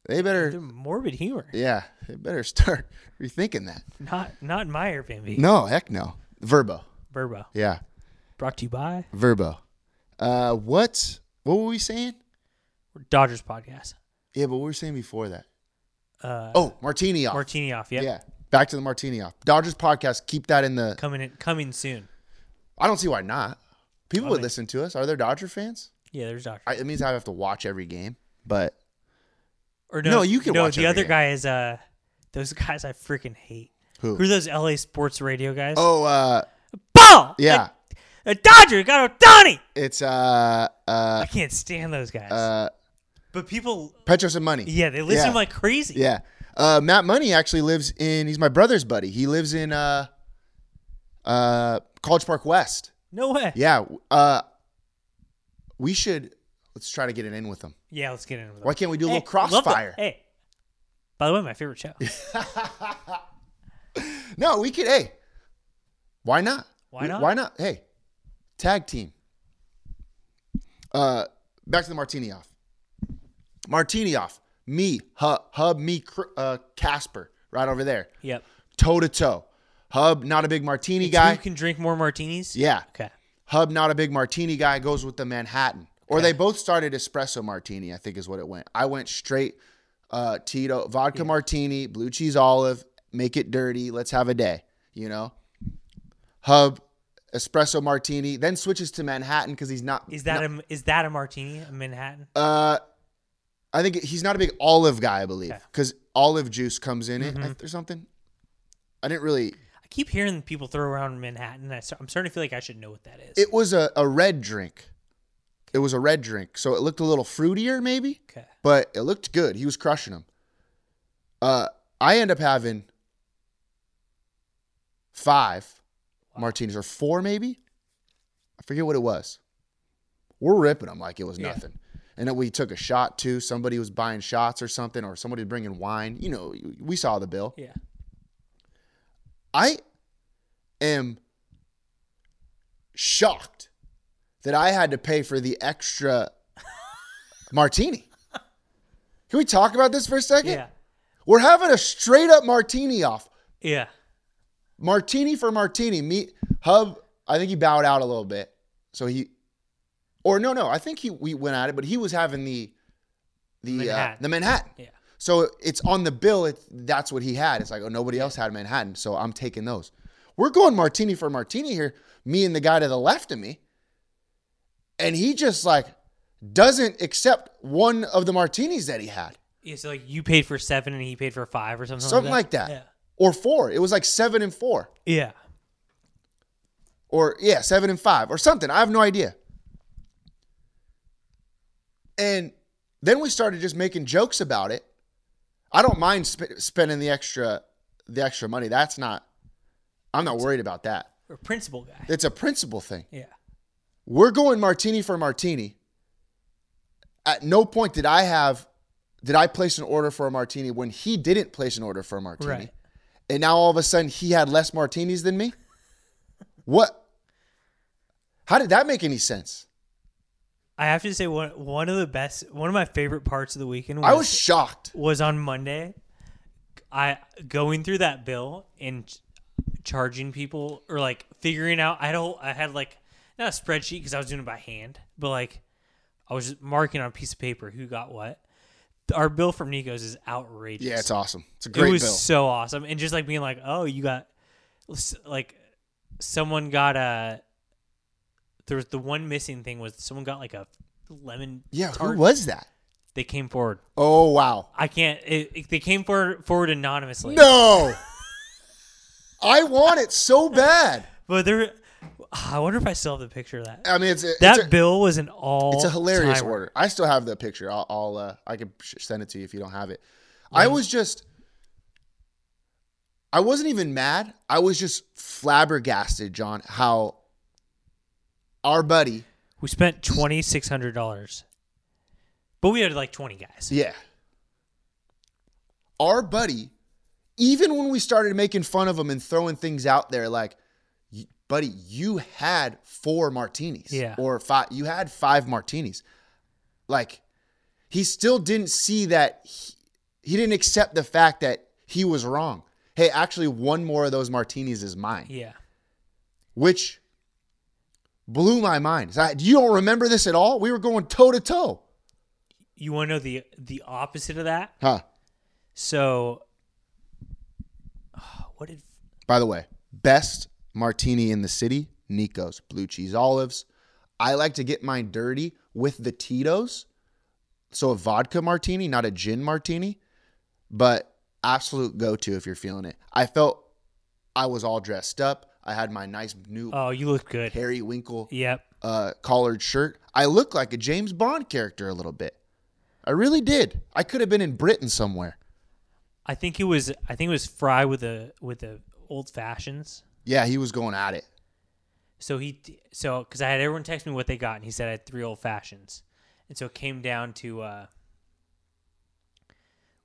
[SPEAKER 1] they better
[SPEAKER 2] They're morbid humor.
[SPEAKER 1] Yeah, they better [LAUGHS] start rethinking that.
[SPEAKER 2] Not not in my Airbnb.
[SPEAKER 1] No, heck no. Verbo.
[SPEAKER 2] Burbo.
[SPEAKER 1] Yeah,
[SPEAKER 2] Brought to you by
[SPEAKER 1] verbo. Uh, what? What were we saying?
[SPEAKER 2] Dodgers podcast.
[SPEAKER 1] Yeah, but what were we saying before that?
[SPEAKER 2] Uh,
[SPEAKER 1] Oh, martini off.
[SPEAKER 2] Martini off. Yep.
[SPEAKER 1] Yeah, back to the martini off. Dodgers podcast. Keep that in the.
[SPEAKER 2] Coming in, coming soon.
[SPEAKER 1] I don't see why not. People would
[SPEAKER 2] mean-
[SPEAKER 1] listen to us. Are there Dodger fans?
[SPEAKER 2] Yeah, there's Dodgers.
[SPEAKER 1] I, it means I have to watch every game, but
[SPEAKER 2] Or no,
[SPEAKER 1] No, you can
[SPEAKER 2] no,
[SPEAKER 1] watch
[SPEAKER 2] the
[SPEAKER 1] every
[SPEAKER 2] other
[SPEAKER 1] game.
[SPEAKER 2] guy is uh those [LAUGHS] guys I freaking hate.
[SPEAKER 1] Who?
[SPEAKER 2] Who are those LA sports radio guys?
[SPEAKER 1] oh, uh,
[SPEAKER 2] Ball!
[SPEAKER 1] yeah,
[SPEAKER 2] A, a Dodger got Otani!
[SPEAKER 1] it's uh, uh,
[SPEAKER 2] I can't stand those guys.
[SPEAKER 1] uh,
[SPEAKER 2] but people
[SPEAKER 1] Petros and Money.
[SPEAKER 2] yeah, they listen
[SPEAKER 1] Yeah.
[SPEAKER 2] like crazy.
[SPEAKER 1] Yeah. Uh, Matt Money actually lives in. He's my brother's buddy. He lives in uh, uh, College Park West.
[SPEAKER 2] No way.
[SPEAKER 1] Yeah. Uh, we should. Let's try to get it in with him.
[SPEAKER 2] Yeah, let's get into it.
[SPEAKER 1] Why can't we do a little
[SPEAKER 2] Hey, love the-
[SPEAKER 1] crossfire?
[SPEAKER 2] Hey. By the way, my favorite show.
[SPEAKER 1] No, we could. Hey, why not?
[SPEAKER 2] Why
[SPEAKER 1] We-
[SPEAKER 2] not?
[SPEAKER 1] Why not? Hey, tag team. Uh, back to the martini off. Martini off. Me, hub, hub, me, Cr- uh, Casper, right over there,
[SPEAKER 2] yep.
[SPEAKER 1] toe to toe. Hub, not a big martini
[SPEAKER 2] It's
[SPEAKER 1] guy.
[SPEAKER 2] Who can drink more martinis?
[SPEAKER 1] Yeah.
[SPEAKER 2] Okay.
[SPEAKER 1] Hub, not a big martini guy, goes with the Manhattan. Or they both started espresso martini, I think is what it went. I went straight uh, Tito, vodka martini, blue cheese olive, make it dirty, let's have a day, you know? Hub, espresso martini, then switches to Manhattan because he's not.
[SPEAKER 2] Is that a is that a martini? A Manhattan?
[SPEAKER 1] Uh, I think he's not a big olive guy, I believe, because olive juice comes in it I th- or something. I didn't really.
[SPEAKER 2] I keep hearing people throw around Manhattan. and I start, I'm starting to feel like I should know what that is.
[SPEAKER 1] It was a, a red drink. It was a red drink. So it looked a little fruitier, maybe.
[SPEAKER 2] okay.
[SPEAKER 1] but it looked good. He was crushing them. Uh, I end up having five martinis or four, maybe. I forget what it was. We're ripping them like it was nothing. And then we took a shot too. Somebody was buying shots or something, or somebody bringing wine. You know, we saw the bill.
[SPEAKER 2] Yeah.
[SPEAKER 1] I am shocked that I had to pay for the extra martini. Can we talk about this for a second?
[SPEAKER 2] Yeah.
[SPEAKER 1] We're having a straight up martini off.
[SPEAKER 2] Yeah.
[SPEAKER 1] Martini for martini. Me Hub, I think he bowed out a little bit. So he or no, no, I think he we went at it, but he was having the the Uh,
[SPEAKER 2] Manhattan.
[SPEAKER 1] the Manhattan.
[SPEAKER 2] Yeah.
[SPEAKER 1] So it's on the bill. It, that's what he had. It's like, oh, nobody else had Manhattan, so I'm taking those. We're going martini for martini here. Me and the guy to the left of me, and he just like doesn't accept one of the martinis that he had,
[SPEAKER 2] Yeah. So like you paid for seven and he paid for five or something.
[SPEAKER 1] something
[SPEAKER 2] like
[SPEAKER 1] like
[SPEAKER 2] that.
[SPEAKER 1] that, or four. It was like seven and four,
[SPEAKER 2] Yeah. Yeah.
[SPEAKER 1] or yeah, seven and five, or something. I have no idea. And then we started just making jokes about it. I don't mind sp- spending the extra the extra money. That's not I'm not worried about that.
[SPEAKER 2] Or principal guy.
[SPEAKER 1] It's a principle thing.
[SPEAKER 2] Yeah.
[SPEAKER 1] We're going martini for martini. At no point did I have did I place an order for a martini when he didn't place an order for a martini.
[SPEAKER 2] Right.
[SPEAKER 1] And now all of a sudden he had less martinis than me? What? How did that make any sense?
[SPEAKER 2] I have to say one one of the best one of my favorite parts of the weekend was
[SPEAKER 1] I was shocked.
[SPEAKER 2] was on Monday. I going through that bill and ch- charging people or like figuring out. I don't. I had like not a spreadsheet because I was doing it by hand, but like I was just marking on a piece of paper who got what. Our bill from Nico's is outrageous.
[SPEAKER 1] Yeah, it's awesome. It's a
[SPEAKER 2] it
[SPEAKER 1] great
[SPEAKER 2] was
[SPEAKER 1] bill.
[SPEAKER 2] so awesome, and just like being like, oh, you got like someone got a. There was the one missing thing was someone got like a lemon.
[SPEAKER 1] yeah, who
[SPEAKER 2] tart.
[SPEAKER 1] was that?
[SPEAKER 2] They came forward.
[SPEAKER 1] Oh wow.
[SPEAKER 2] I can't. It, it- they came forward, forward anonymously.
[SPEAKER 1] No. I want it so bad.
[SPEAKER 2] but there. I wonder if I still have the picture of that.
[SPEAKER 1] I mean, it's a,
[SPEAKER 2] that
[SPEAKER 1] it's a,
[SPEAKER 2] bill was an all.
[SPEAKER 1] it's a hilarious
[SPEAKER 2] timer.
[SPEAKER 1] order. I still have the picture. I'll, I'll uh, I can sh- send it to you if you don't have it. I was just, I wasn't even mad. I was just flabbergasted, John, how our buddy,
[SPEAKER 2] We spent twenty six hundred dollars, but we had like twenty guys.
[SPEAKER 1] yeah, our buddy, even when we started making fun of him and throwing things out there, like, "Y- buddy, you had four martinis,
[SPEAKER 2] Yeah.
[SPEAKER 1] or five. You had five martinis, like. he still didn't see that he, he didn't accept the fact that he was wrong. Hey, actually, one more of those martinis is mine,
[SPEAKER 2] Yeah.
[SPEAKER 1] which blew my mind. So I- you don't remember this at all? We were going toe to toe,
[SPEAKER 2] You want to know the the opposite of that?
[SPEAKER 1] huh?
[SPEAKER 2] So, [SIGHS] what did?
[SPEAKER 1] By the way, best martini in the city, Nico's blue cheese olives. I like to get mine dirty with the Tito's. So a vodka martini, not a gin martini, but absolute go to if you're feeling it. I felt I was all dressed up. I had my nice new
[SPEAKER 2] Oh, you look good.
[SPEAKER 1] Harry Winkle
[SPEAKER 2] Yep.
[SPEAKER 1] uh, collared shirt. I looked like a James Bond character a little bit. I really did. I could have been in Britain somewhere.
[SPEAKER 2] I think it was. I think it was Fry with the with the old fashions.
[SPEAKER 1] Yeah, he was going at it.
[SPEAKER 2] So he, so because I had everyone text me what they got, and he said I had three old fashions, and so it came down to uh,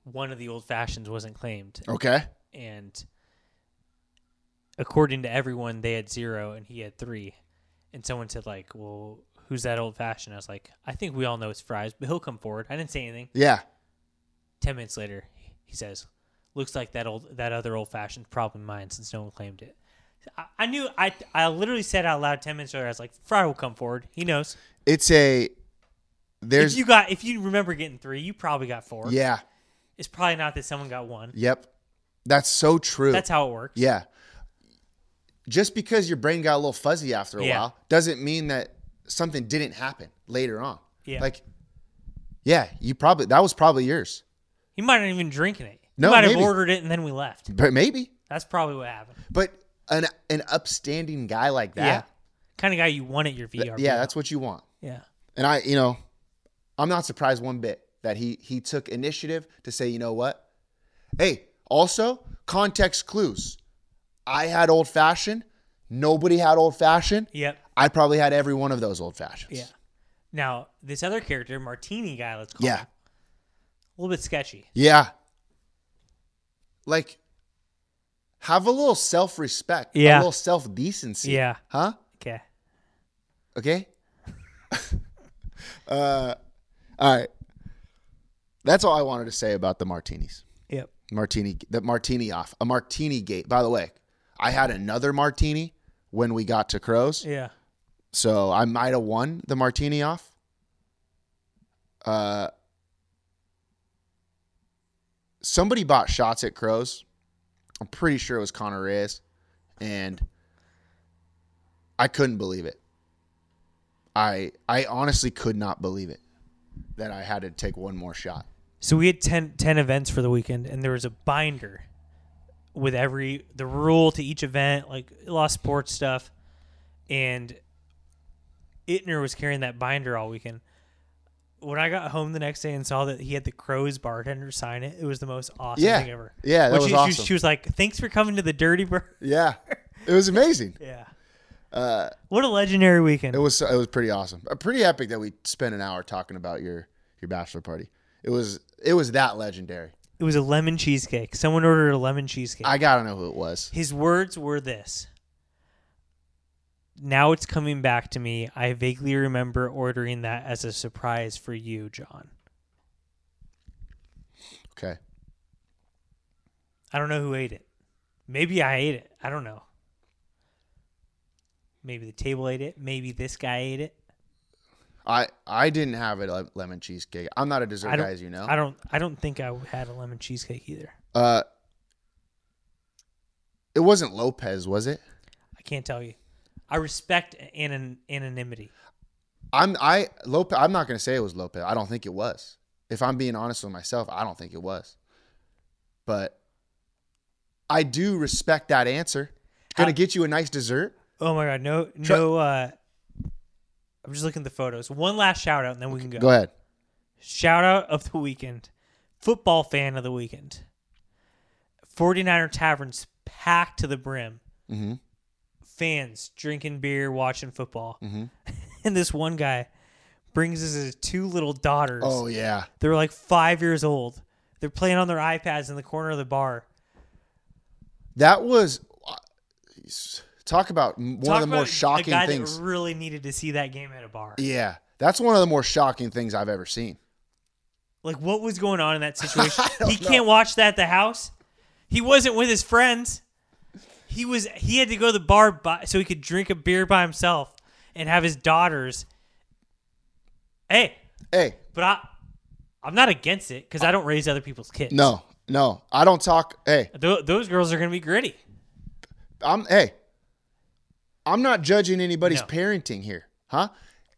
[SPEAKER 2] one of the old fashions wasn't claimed,
[SPEAKER 1] Okay.
[SPEAKER 2] and according to everyone, they had zero and he had three, and someone said like, "Well, who's that old fashioned?" I was like, "I think we all know it's Fries, but he'll come forward." I didn't say anything.
[SPEAKER 1] Yeah.
[SPEAKER 2] Ten minutes later, he says, "Looks like that old that other old fashioned probably mine since no one claimed it." I, I knew I I literally said out loud ten minutes later. I was like, "Fry will come forward. He knows."
[SPEAKER 1] It's a
[SPEAKER 2] if
[SPEAKER 1] there's
[SPEAKER 2] you got if you remember getting three, you probably got four.
[SPEAKER 1] yeah.
[SPEAKER 2] it's probably not that someone got one.
[SPEAKER 1] Yep. That's so true.
[SPEAKER 2] That's how it works.
[SPEAKER 1] yeah. Just because your brain got a little fuzzy after a
[SPEAKER 2] Yeah.
[SPEAKER 1] while doesn't mean that something didn't happen later on.
[SPEAKER 2] Yeah.
[SPEAKER 1] Like yeah, you probably that was probably yours.
[SPEAKER 2] He might not even drinking it.
[SPEAKER 1] No,
[SPEAKER 2] he might
[SPEAKER 1] maybe.
[SPEAKER 2] have ordered it and then we left.
[SPEAKER 1] But maybe.
[SPEAKER 2] That's probably what happened.
[SPEAKER 1] But an an upstanding guy like
[SPEAKER 2] yeah,
[SPEAKER 1] that.
[SPEAKER 2] kind of guy you want at your VR.
[SPEAKER 1] yeah, that's what you want.
[SPEAKER 2] yeah.
[SPEAKER 1] And I, you know, I'm not surprised one bit that he he took initiative to say, you know what? Hey, also context clues. I had old fashioned. Nobody had old fashioned.
[SPEAKER 2] Yep.
[SPEAKER 1] I probably had every one of those old fashions.
[SPEAKER 2] Yeah. Now this other character, Martini guy, let's call
[SPEAKER 1] Yeah.
[SPEAKER 2] him, a little bit sketchy.
[SPEAKER 1] Yeah. Like, Have a little self respect.
[SPEAKER 2] Yeah.
[SPEAKER 1] A little self decency.
[SPEAKER 2] Yeah.
[SPEAKER 1] Huh?
[SPEAKER 2] Okay.
[SPEAKER 1] Okay. [LAUGHS] uh, all right. That's all I wanted to say about the martinis.
[SPEAKER 2] Yep.
[SPEAKER 1] Martini, the martini off, a martini gate. By the way, I had another martini when we got to Crows,
[SPEAKER 2] Yeah.
[SPEAKER 1] so I might have won the martini off. Uh, somebody bought shots at Crows. I'm pretty sure it was Connor Reyes, and I couldn't believe it. I I honestly could not believe it that I had to take one more shot.
[SPEAKER 2] So we had 10, 10 events for the weekend, and there was a binder with every the rule to each event, like lost sports stuff, and Itner was carrying that binder all weekend. When I got home the next day and saw that he had the Crows bartender sign it, it was the most awesome
[SPEAKER 1] Yeah.
[SPEAKER 2] thing ever.
[SPEAKER 1] Yeah, that
[SPEAKER 2] When
[SPEAKER 1] was
[SPEAKER 2] she,
[SPEAKER 1] awesome.
[SPEAKER 2] She, she was like, "Thanks for coming to the Dirty [LAUGHS] Bird."
[SPEAKER 1] Yeah, it was amazing.
[SPEAKER 2] Yeah. what a legendary weekend.
[SPEAKER 1] Uh, It was it was pretty awesome. Uh, Pretty epic that we spent an hour talking about your your bachelor party. It was it was that legendary.
[SPEAKER 2] It was a lemon cheesecake. Someone ordered a lemon cheesecake.
[SPEAKER 1] I gotta know who it was.
[SPEAKER 2] His words were this. Now it's coming back to me. I vaguely remember ordering that as a surprise for you, John.
[SPEAKER 1] Okay,
[SPEAKER 2] I don't know who ate it. Maybe I ate it. I don't know. Maybe the table ate it. Maybe this guy ate it.
[SPEAKER 1] I I didn't have a le- lemon cheesecake. I'm not a dessert
[SPEAKER 2] I don't,
[SPEAKER 1] guy, as you know.
[SPEAKER 2] I don't. I don't think I had a lemon cheesecake either.
[SPEAKER 1] uh, it wasn't Lopez, was it?
[SPEAKER 2] I can't tell you. I respect anon- anonymity.
[SPEAKER 1] I'm I Lopez. I'm not gonna say it was Lopez. I don't think it was. If I'm being honest with myself, I don't think it was. But I do respect that answer. It's gonna
[SPEAKER 2] Uh,
[SPEAKER 1] get you a nice dessert.
[SPEAKER 2] Oh my god, no,
[SPEAKER 1] Try-
[SPEAKER 2] no. Uh, I'm just looking at the photos. One last shout out, and then we can go.
[SPEAKER 1] Go ahead.
[SPEAKER 2] Shout out of the weekend, football fan of the weekend. 49er taverns packed to the brim.
[SPEAKER 1] Mhm.
[SPEAKER 2] Fans drinking beer, watching football,
[SPEAKER 1] Mm-hmm.
[SPEAKER 2] [LAUGHS] and this one guy brings his- his two little daughters.
[SPEAKER 1] Oh yeah.
[SPEAKER 2] They're like five years old. They're playing on their iPads in the corner of the bar.
[SPEAKER 1] That was talk about m- one of the
[SPEAKER 2] Talk
[SPEAKER 1] more
[SPEAKER 2] about a
[SPEAKER 1] shocking
[SPEAKER 2] guy
[SPEAKER 1] things.
[SPEAKER 2] That really needed to see that game at a bar.
[SPEAKER 1] yeah, that's one of the more shocking things I've ever seen.
[SPEAKER 2] Like, what was going on in
[SPEAKER 1] [LAUGHS]
[SPEAKER 2] that situation?
[SPEAKER 1] I don't
[SPEAKER 2] he
[SPEAKER 1] know.
[SPEAKER 2] can't watch that at the house. He wasn't with his friends. He was. He had to go to the bar by, so he could drink a beer by himself and have his daughters. Hey,
[SPEAKER 1] Hey,
[SPEAKER 2] but I, I'm not against it because I don't raise other people's kids.
[SPEAKER 1] no, no, I don't talk. Hey,
[SPEAKER 2] Tho- those girls are gonna be gritty.
[SPEAKER 1] I'm hey, I'm not judging anybody's
[SPEAKER 2] No.
[SPEAKER 1] parenting here, huh?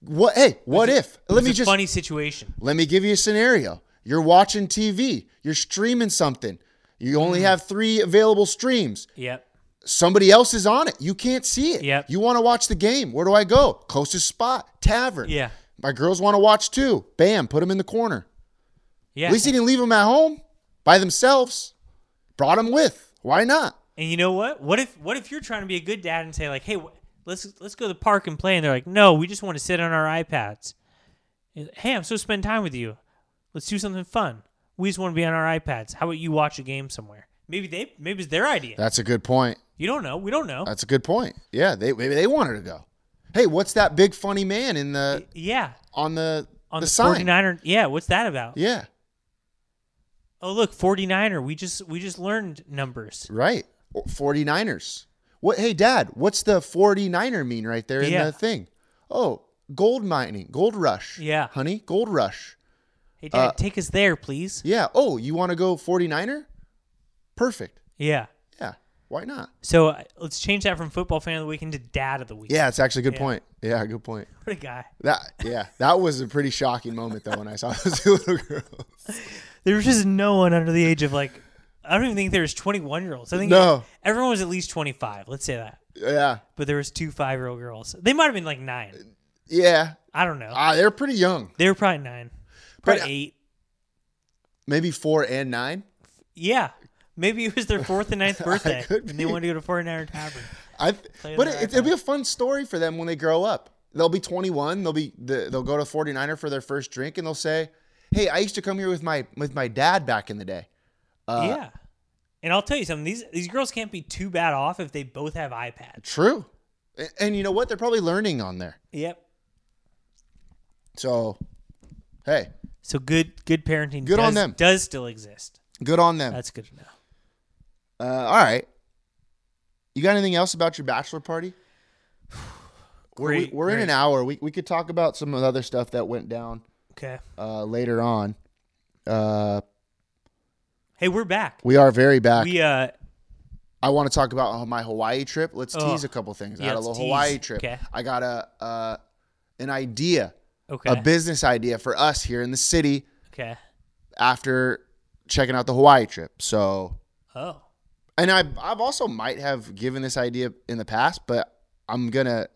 [SPEAKER 1] What? Hey, what if? Let
[SPEAKER 2] It's
[SPEAKER 1] me
[SPEAKER 2] a
[SPEAKER 1] just
[SPEAKER 2] funny situation.
[SPEAKER 1] Let me give you a scenario. You're watching TV. You're streaming something. You only
[SPEAKER 2] Mm.
[SPEAKER 1] have three available streams.
[SPEAKER 2] Yep.
[SPEAKER 1] somebody else is on it. You can't see it.
[SPEAKER 2] Yep.
[SPEAKER 1] You want to watch the game. Where do I go? Closest spot, tavern.
[SPEAKER 2] Yeah.
[SPEAKER 1] My girls want to watch too. Bam, put them in the corner.
[SPEAKER 2] Yeah.
[SPEAKER 1] At least he didn't leave them at home by themselves. Brought them with. Why not?
[SPEAKER 2] And you know what? What if what if you're trying to be a good dad and say like, "Hey, wh- let's let's go to the park and play," and they're like, "No, we just want to sit on our iPads." And, Hey, I'm supposed to spend time with you. Let's do something fun. We just want to be on our iPads. How about you watch a game somewhere? Maybe they maybe it's their idea.
[SPEAKER 1] That's a good point.
[SPEAKER 2] You don't know. We don't know.
[SPEAKER 1] That's a good point. Yeah, they maybe they wanted to go. Hey, what's that big funny man in the
[SPEAKER 2] yeah,
[SPEAKER 1] on the
[SPEAKER 2] on
[SPEAKER 1] the,
[SPEAKER 2] the,
[SPEAKER 1] sign?
[SPEAKER 2] 49er. Yeah, what's that about?
[SPEAKER 1] Yeah,
[SPEAKER 2] Oh, look, 49er. We just we just learned numbers.
[SPEAKER 1] right. Or 49ers. What hey dad, what's the 49er mean right there in
[SPEAKER 2] Yeah.
[SPEAKER 1] the thing? Oh, gold mining, gold rush.
[SPEAKER 2] Yeah.
[SPEAKER 1] Honey, gold rush.
[SPEAKER 2] Hey,
[SPEAKER 1] Uh,
[SPEAKER 2] Dad, take us there, please.
[SPEAKER 1] Yeah. Oh, you want to go 49er? Perfect.
[SPEAKER 2] Yeah.
[SPEAKER 1] Yeah. Why not?
[SPEAKER 2] So uh, let's change that from football fan of the weekend to dad of the week.
[SPEAKER 1] Yeah, it's actually a good point. Yeah, good point.
[SPEAKER 2] What a guy.
[SPEAKER 1] That yeah, that was a pretty shocking moment though when I saw [LAUGHS] those two little girls.
[SPEAKER 2] There was just no one under the age of like, I don't even think there was 21 year olds. I think
[SPEAKER 1] No.
[SPEAKER 2] everyone was at least 25. Let's say that.
[SPEAKER 1] Yeah.
[SPEAKER 2] But there was two five year old girls. They might have been like nine.
[SPEAKER 1] Yeah.
[SPEAKER 2] I don't know.
[SPEAKER 1] Ah, they're pretty young.
[SPEAKER 2] they were probably nine, probably
[SPEAKER 1] But-
[SPEAKER 2] eight.
[SPEAKER 1] Maybe 4 and 9.
[SPEAKER 2] Yeah. Maybe it was their fourth and
[SPEAKER 1] [LAUGHS]
[SPEAKER 2] ninth birthday,
[SPEAKER 1] could
[SPEAKER 2] and they
[SPEAKER 1] be.
[SPEAKER 2] wanted to go to 49er Tavern.
[SPEAKER 1] I th-
[SPEAKER 2] Play
[SPEAKER 1] But
[SPEAKER 2] their
[SPEAKER 1] it, it'll be
[SPEAKER 2] iPad.
[SPEAKER 1] a fun story for them when they grow up. They'll be 21, they'll be the, they'll go to 49er for their first drink Uh, and they'll say, "Hey, I used to come here with my with my dad back in the day."
[SPEAKER 2] yeah, And I'll tell you something, these these girls can't be too bad off if they both have iPads.
[SPEAKER 1] True. And, and you know what? They're probably learning on there.
[SPEAKER 2] Yep.
[SPEAKER 1] So, hey,
[SPEAKER 2] So good good parenting
[SPEAKER 1] Good
[SPEAKER 2] does,
[SPEAKER 1] on them.
[SPEAKER 2] does still exist.
[SPEAKER 1] good on them.
[SPEAKER 2] That's good to know.
[SPEAKER 1] Uh, all right. You got anything else about your bachelor party? We're, we-
[SPEAKER 2] Great,
[SPEAKER 1] we're in
[SPEAKER 2] great.
[SPEAKER 1] an hour. We, we could talk about some of the other stuff that went down
[SPEAKER 2] Okay.
[SPEAKER 1] uh, later on. Uh,
[SPEAKER 2] Hey, we're back.
[SPEAKER 1] we are very back.
[SPEAKER 2] We uh
[SPEAKER 1] I want to talk about my Hawaii trip. Let's
[SPEAKER 2] Oh.
[SPEAKER 1] tease a couple things. I
[SPEAKER 2] Yeah,
[SPEAKER 1] had a
[SPEAKER 2] let's
[SPEAKER 1] little
[SPEAKER 2] tease.
[SPEAKER 1] Hawaii trip.
[SPEAKER 2] Okay.
[SPEAKER 1] I got a uh, an idea,
[SPEAKER 2] okay.
[SPEAKER 1] a business idea for us here in the city
[SPEAKER 2] okay.
[SPEAKER 1] after checking out the Hawaii trip. So
[SPEAKER 2] Oh.
[SPEAKER 1] and I I've also might have given this idea in the past, but I'm gonna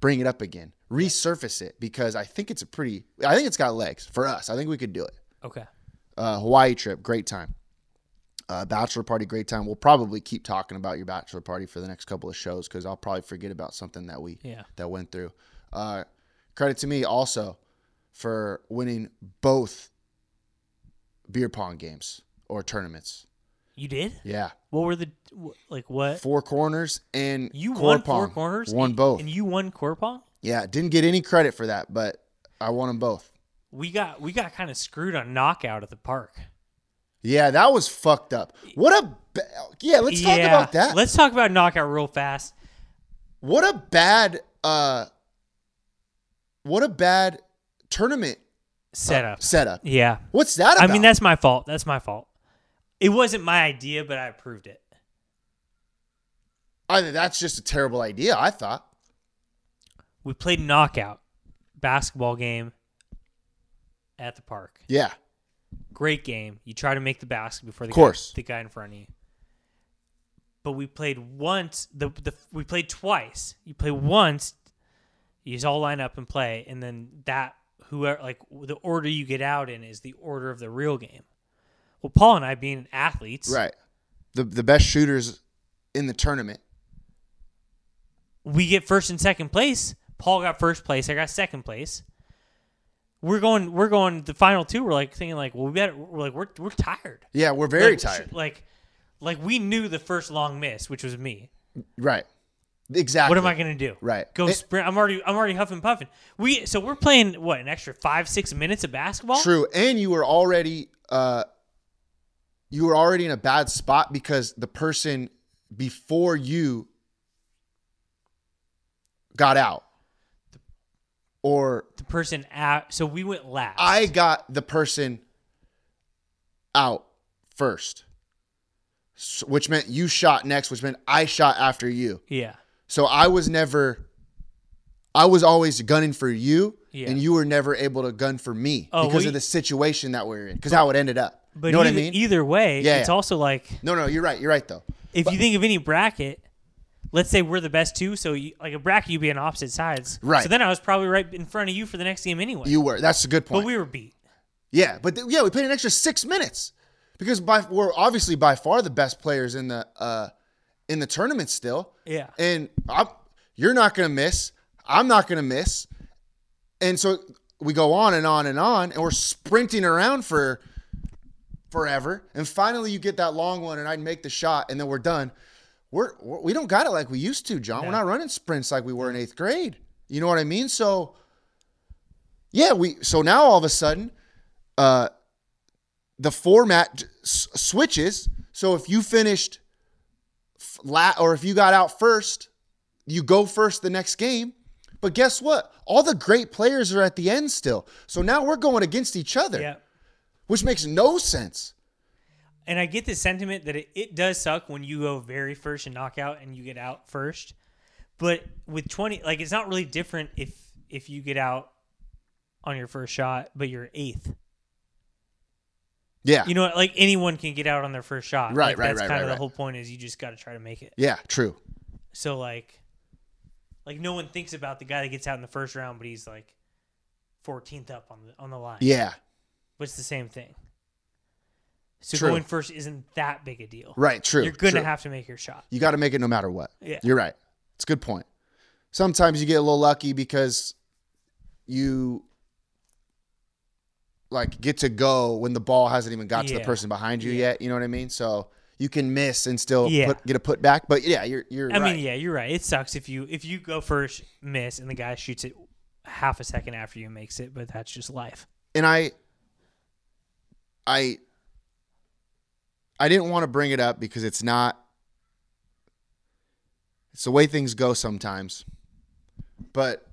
[SPEAKER 1] bring it up again, resurface it because I think it's a pretty. I think it's got legs for us. I think we could do it.
[SPEAKER 2] Okay.
[SPEAKER 1] Uh, Hawaii trip, great time. Uh, bachelor party, great time. We'll probably keep talking about your bachelor party for the next couple of shows because I'll probably forget about something that we
[SPEAKER 2] Yeah.
[SPEAKER 1] that went through. Uh, credit to me also for winning both beer pong games or tournaments.
[SPEAKER 2] You did?
[SPEAKER 1] Yeah.
[SPEAKER 2] What were the wh- like what?
[SPEAKER 1] four corners and
[SPEAKER 2] you
[SPEAKER 1] core
[SPEAKER 2] won
[SPEAKER 1] pong.
[SPEAKER 2] four corners?
[SPEAKER 1] Won
[SPEAKER 2] and-
[SPEAKER 1] both.
[SPEAKER 2] And you won core pong?
[SPEAKER 1] yeah, didn't get any credit for that, but I won them both.
[SPEAKER 2] We got we got kind of screwed on knockout at the park.
[SPEAKER 1] Yeah, that was fucked up. What a ba- yeah. Let's talk
[SPEAKER 2] Yeah.
[SPEAKER 1] about that. Oh.
[SPEAKER 2] Let's talk about knockout real fast.
[SPEAKER 1] what a bad uh, what a bad tournament
[SPEAKER 2] Setup.
[SPEAKER 1] setup.
[SPEAKER 2] yeah.
[SPEAKER 1] What's that
[SPEAKER 2] I
[SPEAKER 1] about?
[SPEAKER 2] mean, that's my fault. That's my fault. It wasn't my idea, but I approved it.
[SPEAKER 1] I, that's just a terrible idea. I thought.
[SPEAKER 2] We played knockout basketball game at the park.
[SPEAKER 1] Yeah,
[SPEAKER 2] Great game. You try to make the basket before the
[SPEAKER 1] Of course.
[SPEAKER 2] guy, the guy in front of you. But we played once. The, the we played twice. You play once. You just all line up and play, and then that whoever like the order you get out in is the order of the real game. Well, Paul and I being athletes,
[SPEAKER 1] right. The the best shooters in the tournament.
[SPEAKER 2] we get first and second place. Paul got first place. I got second place. We're going. We're going the final two. We're like thinking like, well, we better. We're like, we're we're tired.
[SPEAKER 1] Yeah, we're very
[SPEAKER 2] Like, sh-
[SPEAKER 1] tired.
[SPEAKER 2] Like, like we knew the first long miss, which was me.
[SPEAKER 1] Right. Exactly.
[SPEAKER 2] What am I gonna do?
[SPEAKER 1] Right.
[SPEAKER 2] Go
[SPEAKER 1] It-
[SPEAKER 2] sprint. I'm already. I'm already huffing puffing. We. So we're playing what an extra five six minutes of basketball.
[SPEAKER 1] True, and you were already uh, you were already in a bad spot because the person before you got out, or
[SPEAKER 2] The person at. So we went last.
[SPEAKER 1] I got the person out first, S- which meant you shot next, which meant I shot after you.
[SPEAKER 2] Yeah.
[SPEAKER 1] So I was never. I was always gunning for you,
[SPEAKER 2] Yeah.
[SPEAKER 1] and you were never able to gun for me
[SPEAKER 2] Oh, well,
[SPEAKER 1] because
[SPEAKER 2] you-
[SPEAKER 1] of the situation that we were in, because how it ended up.
[SPEAKER 2] But
[SPEAKER 1] you know
[SPEAKER 2] either,
[SPEAKER 1] what I mean?
[SPEAKER 2] either way,
[SPEAKER 1] Yeah,
[SPEAKER 2] it's
[SPEAKER 1] yeah.
[SPEAKER 2] also like
[SPEAKER 1] No, no, you're right. You're right though.
[SPEAKER 2] if you think of any bracket, let's say we're the best two, so you, like a bracket, you'd be on opposite sides.
[SPEAKER 1] Right.
[SPEAKER 2] So then I was probably right in front of you for the next game anyway.
[SPEAKER 1] You were. That's a good point.
[SPEAKER 2] but we were beat.
[SPEAKER 1] yeah, but th- yeah, we played an extra six minutes because by we're obviously by far the best players in the uh in the tournament still.
[SPEAKER 2] Yeah.
[SPEAKER 1] And I'm, you're not gonna miss. I'm not gonna miss. And so we go on and on and on, and we're sprinting around for forever. And finally, you get that long one, and I make the shot, and then we're done. We're we're- we don't got it like we used to, John. We're not running sprints like we were in eighth grade. You know what I mean? So yeah, we so now all of a sudden, uh, the format j- s- switches. So if you finished f- la or if you got out first, you go first the next game. But guess what? All the great players are at the end still. So now we're going against each other
[SPEAKER 2] Yeah.
[SPEAKER 1] which makes no sense.
[SPEAKER 2] And I get the sentiment that it, it does suck when you go very first and knockout and you get out first. But with 20, like it's not really different if if you get out on your first shot, but you're eighth.
[SPEAKER 1] Yeah.
[SPEAKER 2] You know, what? like anyone can get out on their first shot.
[SPEAKER 1] Right,
[SPEAKER 2] Like,
[SPEAKER 1] right,
[SPEAKER 2] That's
[SPEAKER 1] right,
[SPEAKER 2] kind
[SPEAKER 1] right,
[SPEAKER 2] of
[SPEAKER 1] right.
[SPEAKER 2] the whole point is you just got to try to make it.
[SPEAKER 1] yeah, true.
[SPEAKER 2] So like, like no one thinks about the guy that gets out in the first round, but he's like 14th up on the on the line.
[SPEAKER 1] Yeah,
[SPEAKER 2] but it's the same thing. So
[SPEAKER 1] True.
[SPEAKER 2] going first isn't that big a deal.
[SPEAKER 1] right, true.
[SPEAKER 2] You're gonna
[SPEAKER 1] true.
[SPEAKER 2] have to make your shot.
[SPEAKER 1] You got to make it no matter what.
[SPEAKER 2] Yeah.
[SPEAKER 1] You're right. It's a good point. Sometimes you get a little lucky because you like get to go when the ball hasn't even got to the
[SPEAKER 2] Yeah.
[SPEAKER 1] person behind you yet, you know what I mean? So you can miss and still
[SPEAKER 2] Yeah.
[SPEAKER 1] put, get a put back. But yeah, you're you're
[SPEAKER 2] I
[SPEAKER 1] right.
[SPEAKER 2] mean, yeah, you're right. It sucks if you if you go first, miss, and the guy shoots it half a second after you and makes it. But that's just life.
[SPEAKER 1] and I I I didn't want to bring it up because it's not it's the way things go sometimes. But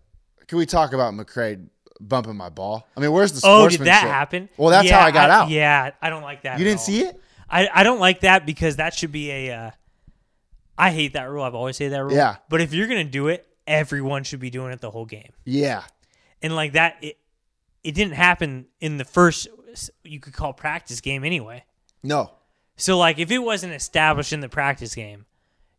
[SPEAKER 1] can we talk about McCray bumping my ball? I mean, where's the
[SPEAKER 2] Oh, did that
[SPEAKER 1] sportsmanship?
[SPEAKER 2] happen?
[SPEAKER 1] Well, that's
[SPEAKER 2] Yeah,
[SPEAKER 1] how I got out.
[SPEAKER 2] Yeah, I don't like that.
[SPEAKER 1] You
[SPEAKER 2] at
[SPEAKER 1] didn't
[SPEAKER 2] all.
[SPEAKER 1] see it?
[SPEAKER 2] I, I don't like that because that should be a. Uh, I hate that rule. I've always hated that rule.
[SPEAKER 1] Yeah.
[SPEAKER 2] But if you're gonna do it, everyone should be doing it the whole game.
[SPEAKER 1] Yeah.
[SPEAKER 2] And like that, it it didn't happen in the first you could call practice game anyway.
[SPEAKER 1] No.
[SPEAKER 2] So like if it wasn't established in the practice game,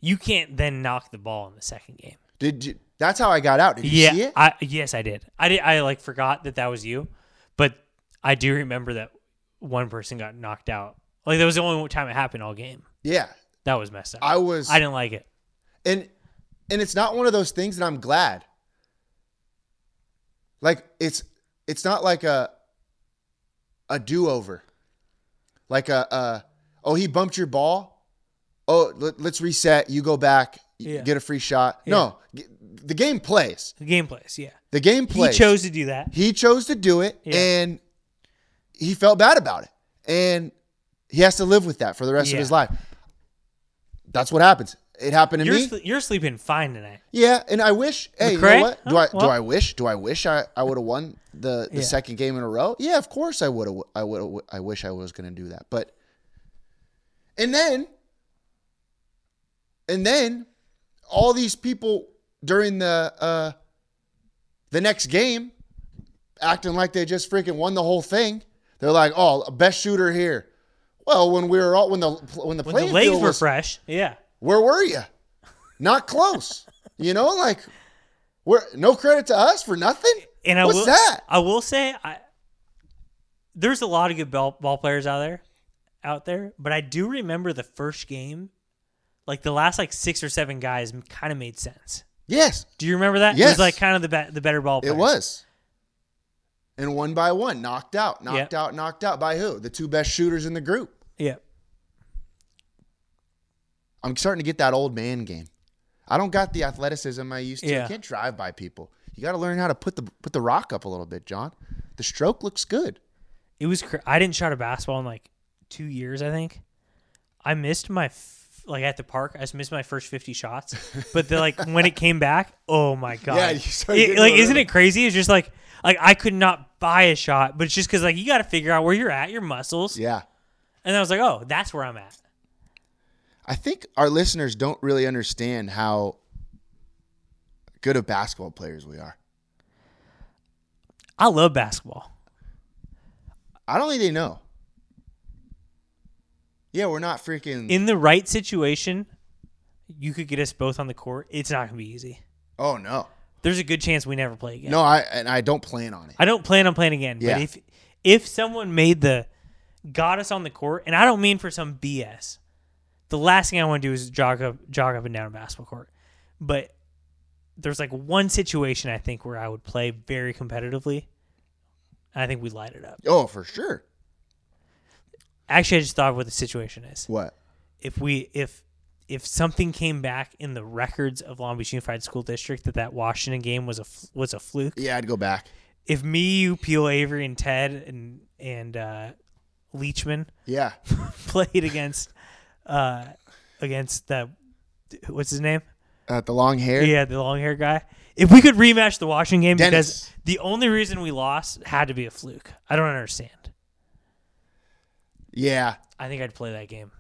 [SPEAKER 2] you can't then knock the ball in the second game.
[SPEAKER 1] Did you That's how I got out. Did you
[SPEAKER 2] yeah,
[SPEAKER 1] see it?
[SPEAKER 2] I yes I did. I did. I like forgot that that was you, but I do remember that one person got knocked out. Like that was the only time it happened all game.
[SPEAKER 1] yeah.
[SPEAKER 2] That was messed up.
[SPEAKER 1] I was
[SPEAKER 2] I didn't like it.
[SPEAKER 1] and and it's not one of those things that I'm glad. Like it's it's not like a a do over, like a, a oh he bumped your ball, oh let, us reset, you go back, y
[SPEAKER 2] Yeah.
[SPEAKER 1] get a free shot. No, g- the game plays.
[SPEAKER 2] The game plays, yeah.
[SPEAKER 1] The game plays.
[SPEAKER 2] He chose to do that.
[SPEAKER 1] He chose to do it,
[SPEAKER 2] Yeah.
[SPEAKER 1] and he felt bad about it, and he has to live with that for the rest
[SPEAKER 2] Yeah.
[SPEAKER 1] of his life. That's what happens. It happened to
[SPEAKER 2] You're,
[SPEAKER 1] me.
[SPEAKER 2] sl- you're sleeping fine tonight.
[SPEAKER 1] Yeah, and I wish. Hey, you
[SPEAKER 2] McCray?
[SPEAKER 1] know what? Do
[SPEAKER 2] Oh,
[SPEAKER 1] I
[SPEAKER 2] well.
[SPEAKER 1] do I wish? Do I wish I, I would have won the, the
[SPEAKER 2] Yeah.
[SPEAKER 1] second game in a row? Yeah, of course I would have. I would. I wish I was going to do that, but and then and then all these people during the uh the next game acting like they just freaking won the whole thing. They're like, oh, best shooter here. Well, when we were all when the when the
[SPEAKER 2] When
[SPEAKER 1] playing
[SPEAKER 2] the legs
[SPEAKER 1] field
[SPEAKER 2] were
[SPEAKER 1] was
[SPEAKER 2] fresh, yeah.
[SPEAKER 1] where were you? Not close. you know, like we're no credit to us for nothing.
[SPEAKER 2] And I
[SPEAKER 1] What's
[SPEAKER 2] will,
[SPEAKER 1] that?
[SPEAKER 2] I will say, I there's a lot of good ball, ball players out there, out there. But I do remember the first game, like the last like six or seven guys, kind of made sense.
[SPEAKER 1] Yes,
[SPEAKER 2] Do you remember that? It
[SPEAKER 1] Yes.
[SPEAKER 2] was like kind of the be- the better ball.
[SPEAKER 1] it
[SPEAKER 2] players.
[SPEAKER 1] was. And one by one, knocked out, knocked
[SPEAKER 2] Yep.
[SPEAKER 1] out, knocked out by who? The two best shooters in the group.
[SPEAKER 2] Yeah.
[SPEAKER 1] I'm starting to get that old man game. I don't got the athleticism I used to.
[SPEAKER 2] Yeah.
[SPEAKER 1] I can't drive by people. You got to learn how to put the put the rock up a little bit, John. The stroke looks good.
[SPEAKER 2] It was. Cr- I didn't shot a basketball in like two years. I think I missed my f- like at the park. I just missed my first fifty
[SPEAKER 1] [LAUGHS]
[SPEAKER 2] shots. But then like when it came back, oh my god!
[SPEAKER 1] Yeah, you started
[SPEAKER 2] It-
[SPEAKER 1] getting
[SPEAKER 2] like
[SPEAKER 1] a
[SPEAKER 2] isn't it
[SPEAKER 1] rhythm.
[SPEAKER 2] crazy? It's just like like I could not buy a shot, but it's just because like you got to figure out where you're at, your muscles.
[SPEAKER 1] Yeah.
[SPEAKER 2] And I was like, oh, that's where I'm at.
[SPEAKER 1] I think our listeners don't really understand how good of basketball players we are.
[SPEAKER 2] I love basketball.
[SPEAKER 1] I don't think they know. Yeah, we're not freaking.
[SPEAKER 2] In the right situation, you could get us both on the court. It's not gonna be easy.
[SPEAKER 1] oh no,
[SPEAKER 2] There's a good chance we never play again.
[SPEAKER 1] no, I and I don't plan on it.
[SPEAKER 2] I don't plan on playing again.
[SPEAKER 1] Yeah.
[SPEAKER 2] But if if someone made the got us on the court, and I don't mean for some BS, the last thing I want to do is jog up jog up and down a basketball court. But there's like one situation I think where I would play very competitively. I think we light it up.
[SPEAKER 1] Oh, for sure.
[SPEAKER 2] Actually, I just thought of what the situation is.
[SPEAKER 1] What?
[SPEAKER 2] If we if if something came back in the records of Long Beach Unified School District that that Washington game was a fl- was a fluke,
[SPEAKER 1] Yeah, I'd go back.
[SPEAKER 2] if me, you, Peel, Avery, and Ted and and uh, Leachman [LAUGHS]
[SPEAKER 1] Yeah,
[SPEAKER 2] played against uh, against the what's his name?
[SPEAKER 1] uh, the long hair.
[SPEAKER 2] Yeah, the long hair guy. If we could rematch the Washington game,
[SPEAKER 1] Dennis.
[SPEAKER 2] because the only reason we lost had to be a fluke. I don't understand.
[SPEAKER 1] Yeah,
[SPEAKER 2] I think I'd play that game.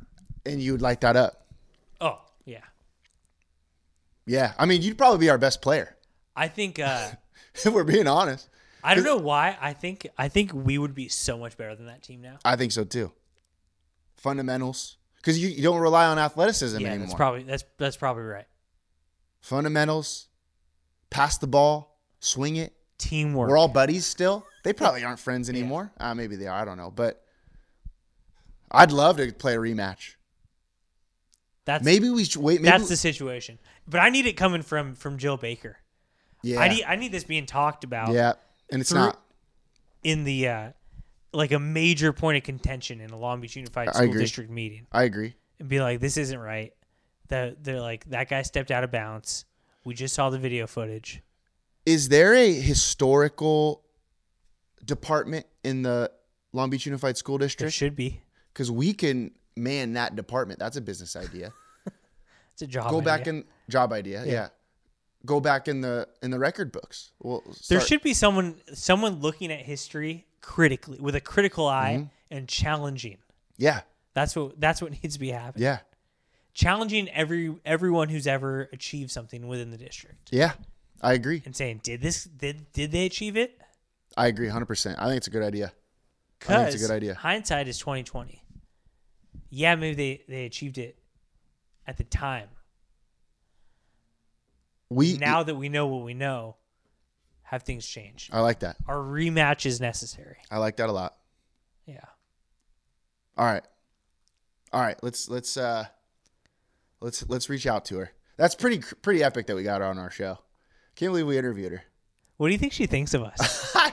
[SPEAKER 1] and you'd light that up.
[SPEAKER 2] Oh yeah,
[SPEAKER 1] Yeah, I mean, you'd probably be our best player. [LAUGHS]
[SPEAKER 2] I think uh,
[SPEAKER 1] if we're being honest, [LAUGHS]
[SPEAKER 2] I don't know why. I think I think we would be so much better than that team now.
[SPEAKER 1] I think so too. Fundamentals, because you, you don't rely on athleticism
[SPEAKER 2] Yeah,
[SPEAKER 1] anymore.
[SPEAKER 2] that's probably that's that's probably right.
[SPEAKER 1] Fundamentals, pass the ball, swing it.
[SPEAKER 2] Teamwork.
[SPEAKER 1] We're all buddies still. They probably aren't friends anymore. Uh, maybe they are. I don't know. But I'd love to play a rematch.
[SPEAKER 2] that's
[SPEAKER 1] Maybe we should wait. Maybe
[SPEAKER 2] that's the situation. But I need it coming from from Jill Baker.
[SPEAKER 1] yeah.
[SPEAKER 2] I need I need this being talked about
[SPEAKER 1] yeah. And it's
[SPEAKER 2] Through-
[SPEAKER 1] not.
[SPEAKER 2] in the uh, like a major point of contention in a Long Beach Unified
[SPEAKER 1] I
[SPEAKER 2] School
[SPEAKER 1] agree.
[SPEAKER 2] District meeting.
[SPEAKER 1] I agree.
[SPEAKER 2] and be like, "This isn't right." That they're like, "That guy stepped out of bounds." We just saw the video footage.
[SPEAKER 1] Is there a historical department in the Long Beach Unified School
[SPEAKER 2] There
[SPEAKER 1] District?
[SPEAKER 2] should be.
[SPEAKER 1] Because we can man that department. That's a business idea.
[SPEAKER 2] It's a job.
[SPEAKER 1] Go back
[SPEAKER 2] idea.
[SPEAKER 1] in job idea. Yeah. Go back in the in the record books. Well,
[SPEAKER 2] There
[SPEAKER 1] start-
[SPEAKER 2] should be someone someone looking at history critically with a critical eye
[SPEAKER 1] Mm-hmm.
[SPEAKER 2] and challenging.
[SPEAKER 1] Yeah.
[SPEAKER 2] That's what that's what [LAUGHS] needs to be happening.
[SPEAKER 1] Yeah.
[SPEAKER 2] Challenging every everyone who's ever achieved something within the district
[SPEAKER 1] Yeah. I agree.
[SPEAKER 2] and saying, "Did this did did they achieve it?"
[SPEAKER 1] I agree 100%. I think it's a good idea. I think it's a
[SPEAKER 2] Because
[SPEAKER 1] good idea.
[SPEAKER 2] hindsight is twenty twenty. Yeah, maybe they they achieved it at the time.
[SPEAKER 1] We
[SPEAKER 2] Now that we know what we know, have things changed?
[SPEAKER 1] I like that.
[SPEAKER 2] Our rematch is necessary.
[SPEAKER 1] I like that a lot.
[SPEAKER 2] Yeah.
[SPEAKER 1] All right. All right, let's let's uh let's let's reach out to her. That's pretty pretty epic that we got her on our show. Can't believe we interviewed her. [LAUGHS]
[SPEAKER 2] What do you think she thinks of us?
[SPEAKER 1] I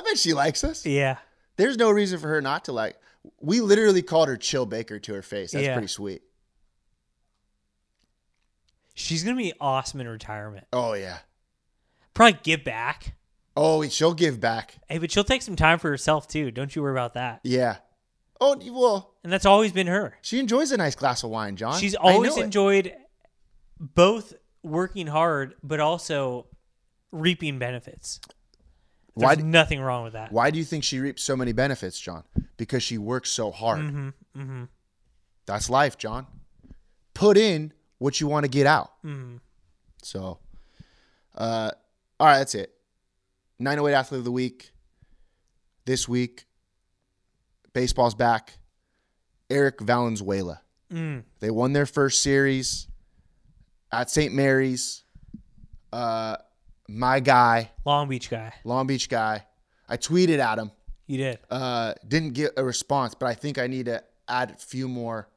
[SPEAKER 1] bet she likes us.
[SPEAKER 2] yeah.
[SPEAKER 1] There's no reason for her not to like. We literally called her Chill Baker to her face. That's
[SPEAKER 2] Yeah.
[SPEAKER 1] pretty sweet.
[SPEAKER 2] She's gonna be awesome in retirement.
[SPEAKER 1] Oh yeah.
[SPEAKER 2] Probably give back.
[SPEAKER 1] Oh, she'll give back.
[SPEAKER 2] Hey, but she'll take some time for herself too. Don't you worry about that.
[SPEAKER 1] Yeah. Oh well,
[SPEAKER 2] And that's always been her.
[SPEAKER 1] she enjoys a nice glass of wine, John.
[SPEAKER 2] She's
[SPEAKER 1] I
[SPEAKER 2] always
[SPEAKER 1] know it.
[SPEAKER 2] enjoyed both working hard, but also reaping benefits. There's
[SPEAKER 1] Why d-
[SPEAKER 2] nothing wrong with that.
[SPEAKER 1] Why do you think she reaps so many benefits, John? Because she works so hard. Mm-hmm, That's life, John. Put in what you want to get out. So, uh, all right, that's it. 908 Athlete of the Week. This week, baseball's back. Eric Valenzuela. They won their first series at St. Mary's. Uh, my guy,
[SPEAKER 2] Long Beach guy.
[SPEAKER 1] Long Beach guy. I tweeted at him
[SPEAKER 2] You did.
[SPEAKER 1] uh, didn't get a response, but I think I need to add a few more.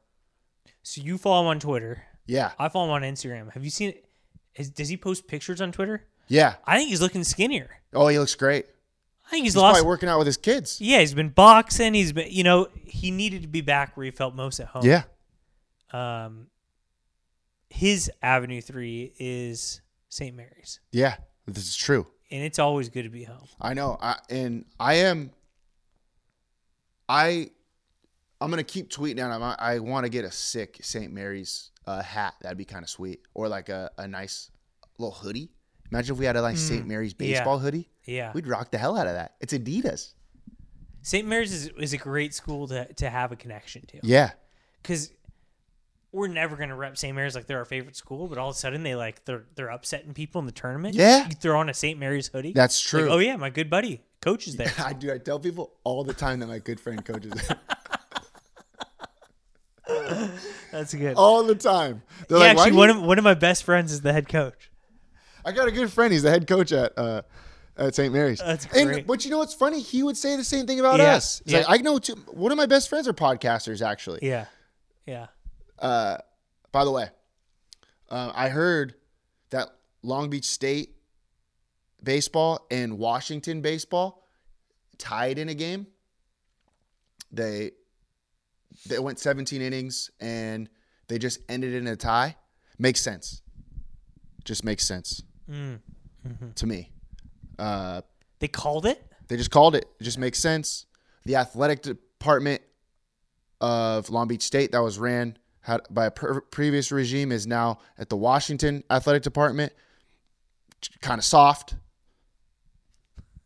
[SPEAKER 2] So you follow him on Twitter.
[SPEAKER 1] Yeah,
[SPEAKER 2] I follow him on Instagram. Have you seen is, does he post pictures on Twitter?
[SPEAKER 1] yeah.
[SPEAKER 2] I think he's looking skinnier.
[SPEAKER 1] Oh, he looks great.
[SPEAKER 2] I think he's,
[SPEAKER 1] He's
[SPEAKER 2] lost
[SPEAKER 1] probably working out with his kids.
[SPEAKER 2] Yeah, he's been boxing, he's been you know, he needed to be back where he felt most at home.
[SPEAKER 1] Yeah,
[SPEAKER 2] um, his Avenue Three is St. Mary's,
[SPEAKER 1] yeah. This is true.
[SPEAKER 2] and it's always good to be home.
[SPEAKER 1] I know. I, and I am. I, I'm gonna keep tweeting out. I'm- I, I want to get a sick St. Mary's uh, hat. That'd be kind of sweet, or like a, a nice little hoodie. Imagine if we had a like St. Mary's
[SPEAKER 2] Mm, yeah.
[SPEAKER 1] baseball hoodie.
[SPEAKER 2] Yeah,
[SPEAKER 1] We'd rock the hell out of that. It's Adidas.
[SPEAKER 2] St. Mary's is, is a great school to to have a connection to
[SPEAKER 1] Yeah,
[SPEAKER 2] because we're never gonna rep St. Mary's like they're our favorite school, but all of a sudden they like they're they're upsetting people in the tournament.
[SPEAKER 1] Yeah.
[SPEAKER 2] you throw on a St. Mary's hoodie.
[SPEAKER 1] that's
[SPEAKER 2] Like,
[SPEAKER 1] true.
[SPEAKER 2] oh yeah, my good buddy coach
[SPEAKER 1] [LAUGHS]
[SPEAKER 2] is there.
[SPEAKER 1] I do. I tell people all the time that my good friend coaches
[SPEAKER 2] That's good.
[SPEAKER 1] [LAUGHS] all the time. Oh, They're
[SPEAKER 2] yeah,
[SPEAKER 1] like, "Why
[SPEAKER 2] actually,
[SPEAKER 1] do
[SPEAKER 2] one
[SPEAKER 1] you-"
[SPEAKER 2] of one of my best friends is the head coach.
[SPEAKER 1] I got a good friend. He's the head coach at uh, at St. Mary's.
[SPEAKER 2] That's
[SPEAKER 1] And,
[SPEAKER 2] great.
[SPEAKER 1] but you know what's funny? He would say the same thing about
[SPEAKER 2] Yeah,
[SPEAKER 1] us. He's like,
[SPEAKER 2] yeah.
[SPEAKER 1] I know two, one of my best friends are podcasters. Actually,
[SPEAKER 2] Yeah, yeah.
[SPEAKER 1] by the way, uh, I heard that Long Beach State baseball and Washington baseball tied in a game. They they went 17 innings and they just ended in a tie. Makes sense. Just makes sense to me. Uh,
[SPEAKER 2] They called it.
[SPEAKER 1] they just called it. It just makes sense. The athletic department of Long Beach State that was ran had, by a per- previous regime is now at the Washington athletic department. Kind of soft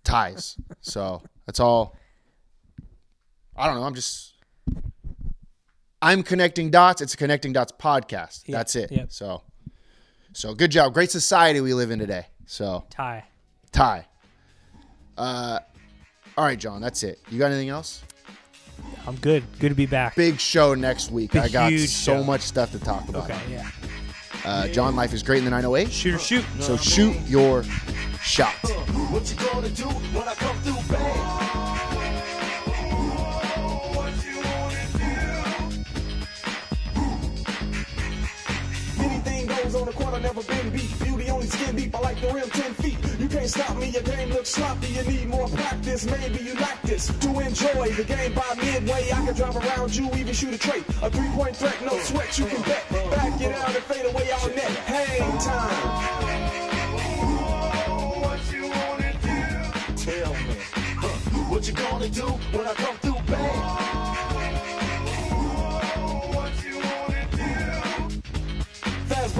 [SPEAKER 1] ties. [LAUGHS] so that's all. I don't know. I'm just. I'm connecting dots. It's a connecting dots podcast.
[SPEAKER 2] Yeah,
[SPEAKER 1] That's it.
[SPEAKER 2] yeah.
[SPEAKER 1] So, so good job. Great society we live in today. So
[SPEAKER 2] Tie.
[SPEAKER 1] tie. Uh, all right, John, that's it. You got anything else?
[SPEAKER 2] I'm good. Good to be back.
[SPEAKER 1] Big show next week.
[SPEAKER 2] Big,
[SPEAKER 1] I got
[SPEAKER 2] huge
[SPEAKER 1] so
[SPEAKER 2] show.
[SPEAKER 1] much stuff to talk about.
[SPEAKER 2] Okay. Yeah.
[SPEAKER 1] Uh, John, life is great in the 908.
[SPEAKER 2] Shoot or shoot.
[SPEAKER 1] So shoot your shot.
[SPEAKER 3] What you gonna do when I come through bang? Anything goes Hands on the court, I never been beat. Beauty only skin deep, I like the rim 10 feet. You can't stop me, your game looks sloppy. You need more practice, maybe you like this. To enjoy the game by midway, I can drive around you, even shoot a trait. A three point threat, no sweat, you can bet. Back it out and fade away all net. Hang time. Tell me, huh, what you gonna do when I come through bang? Fast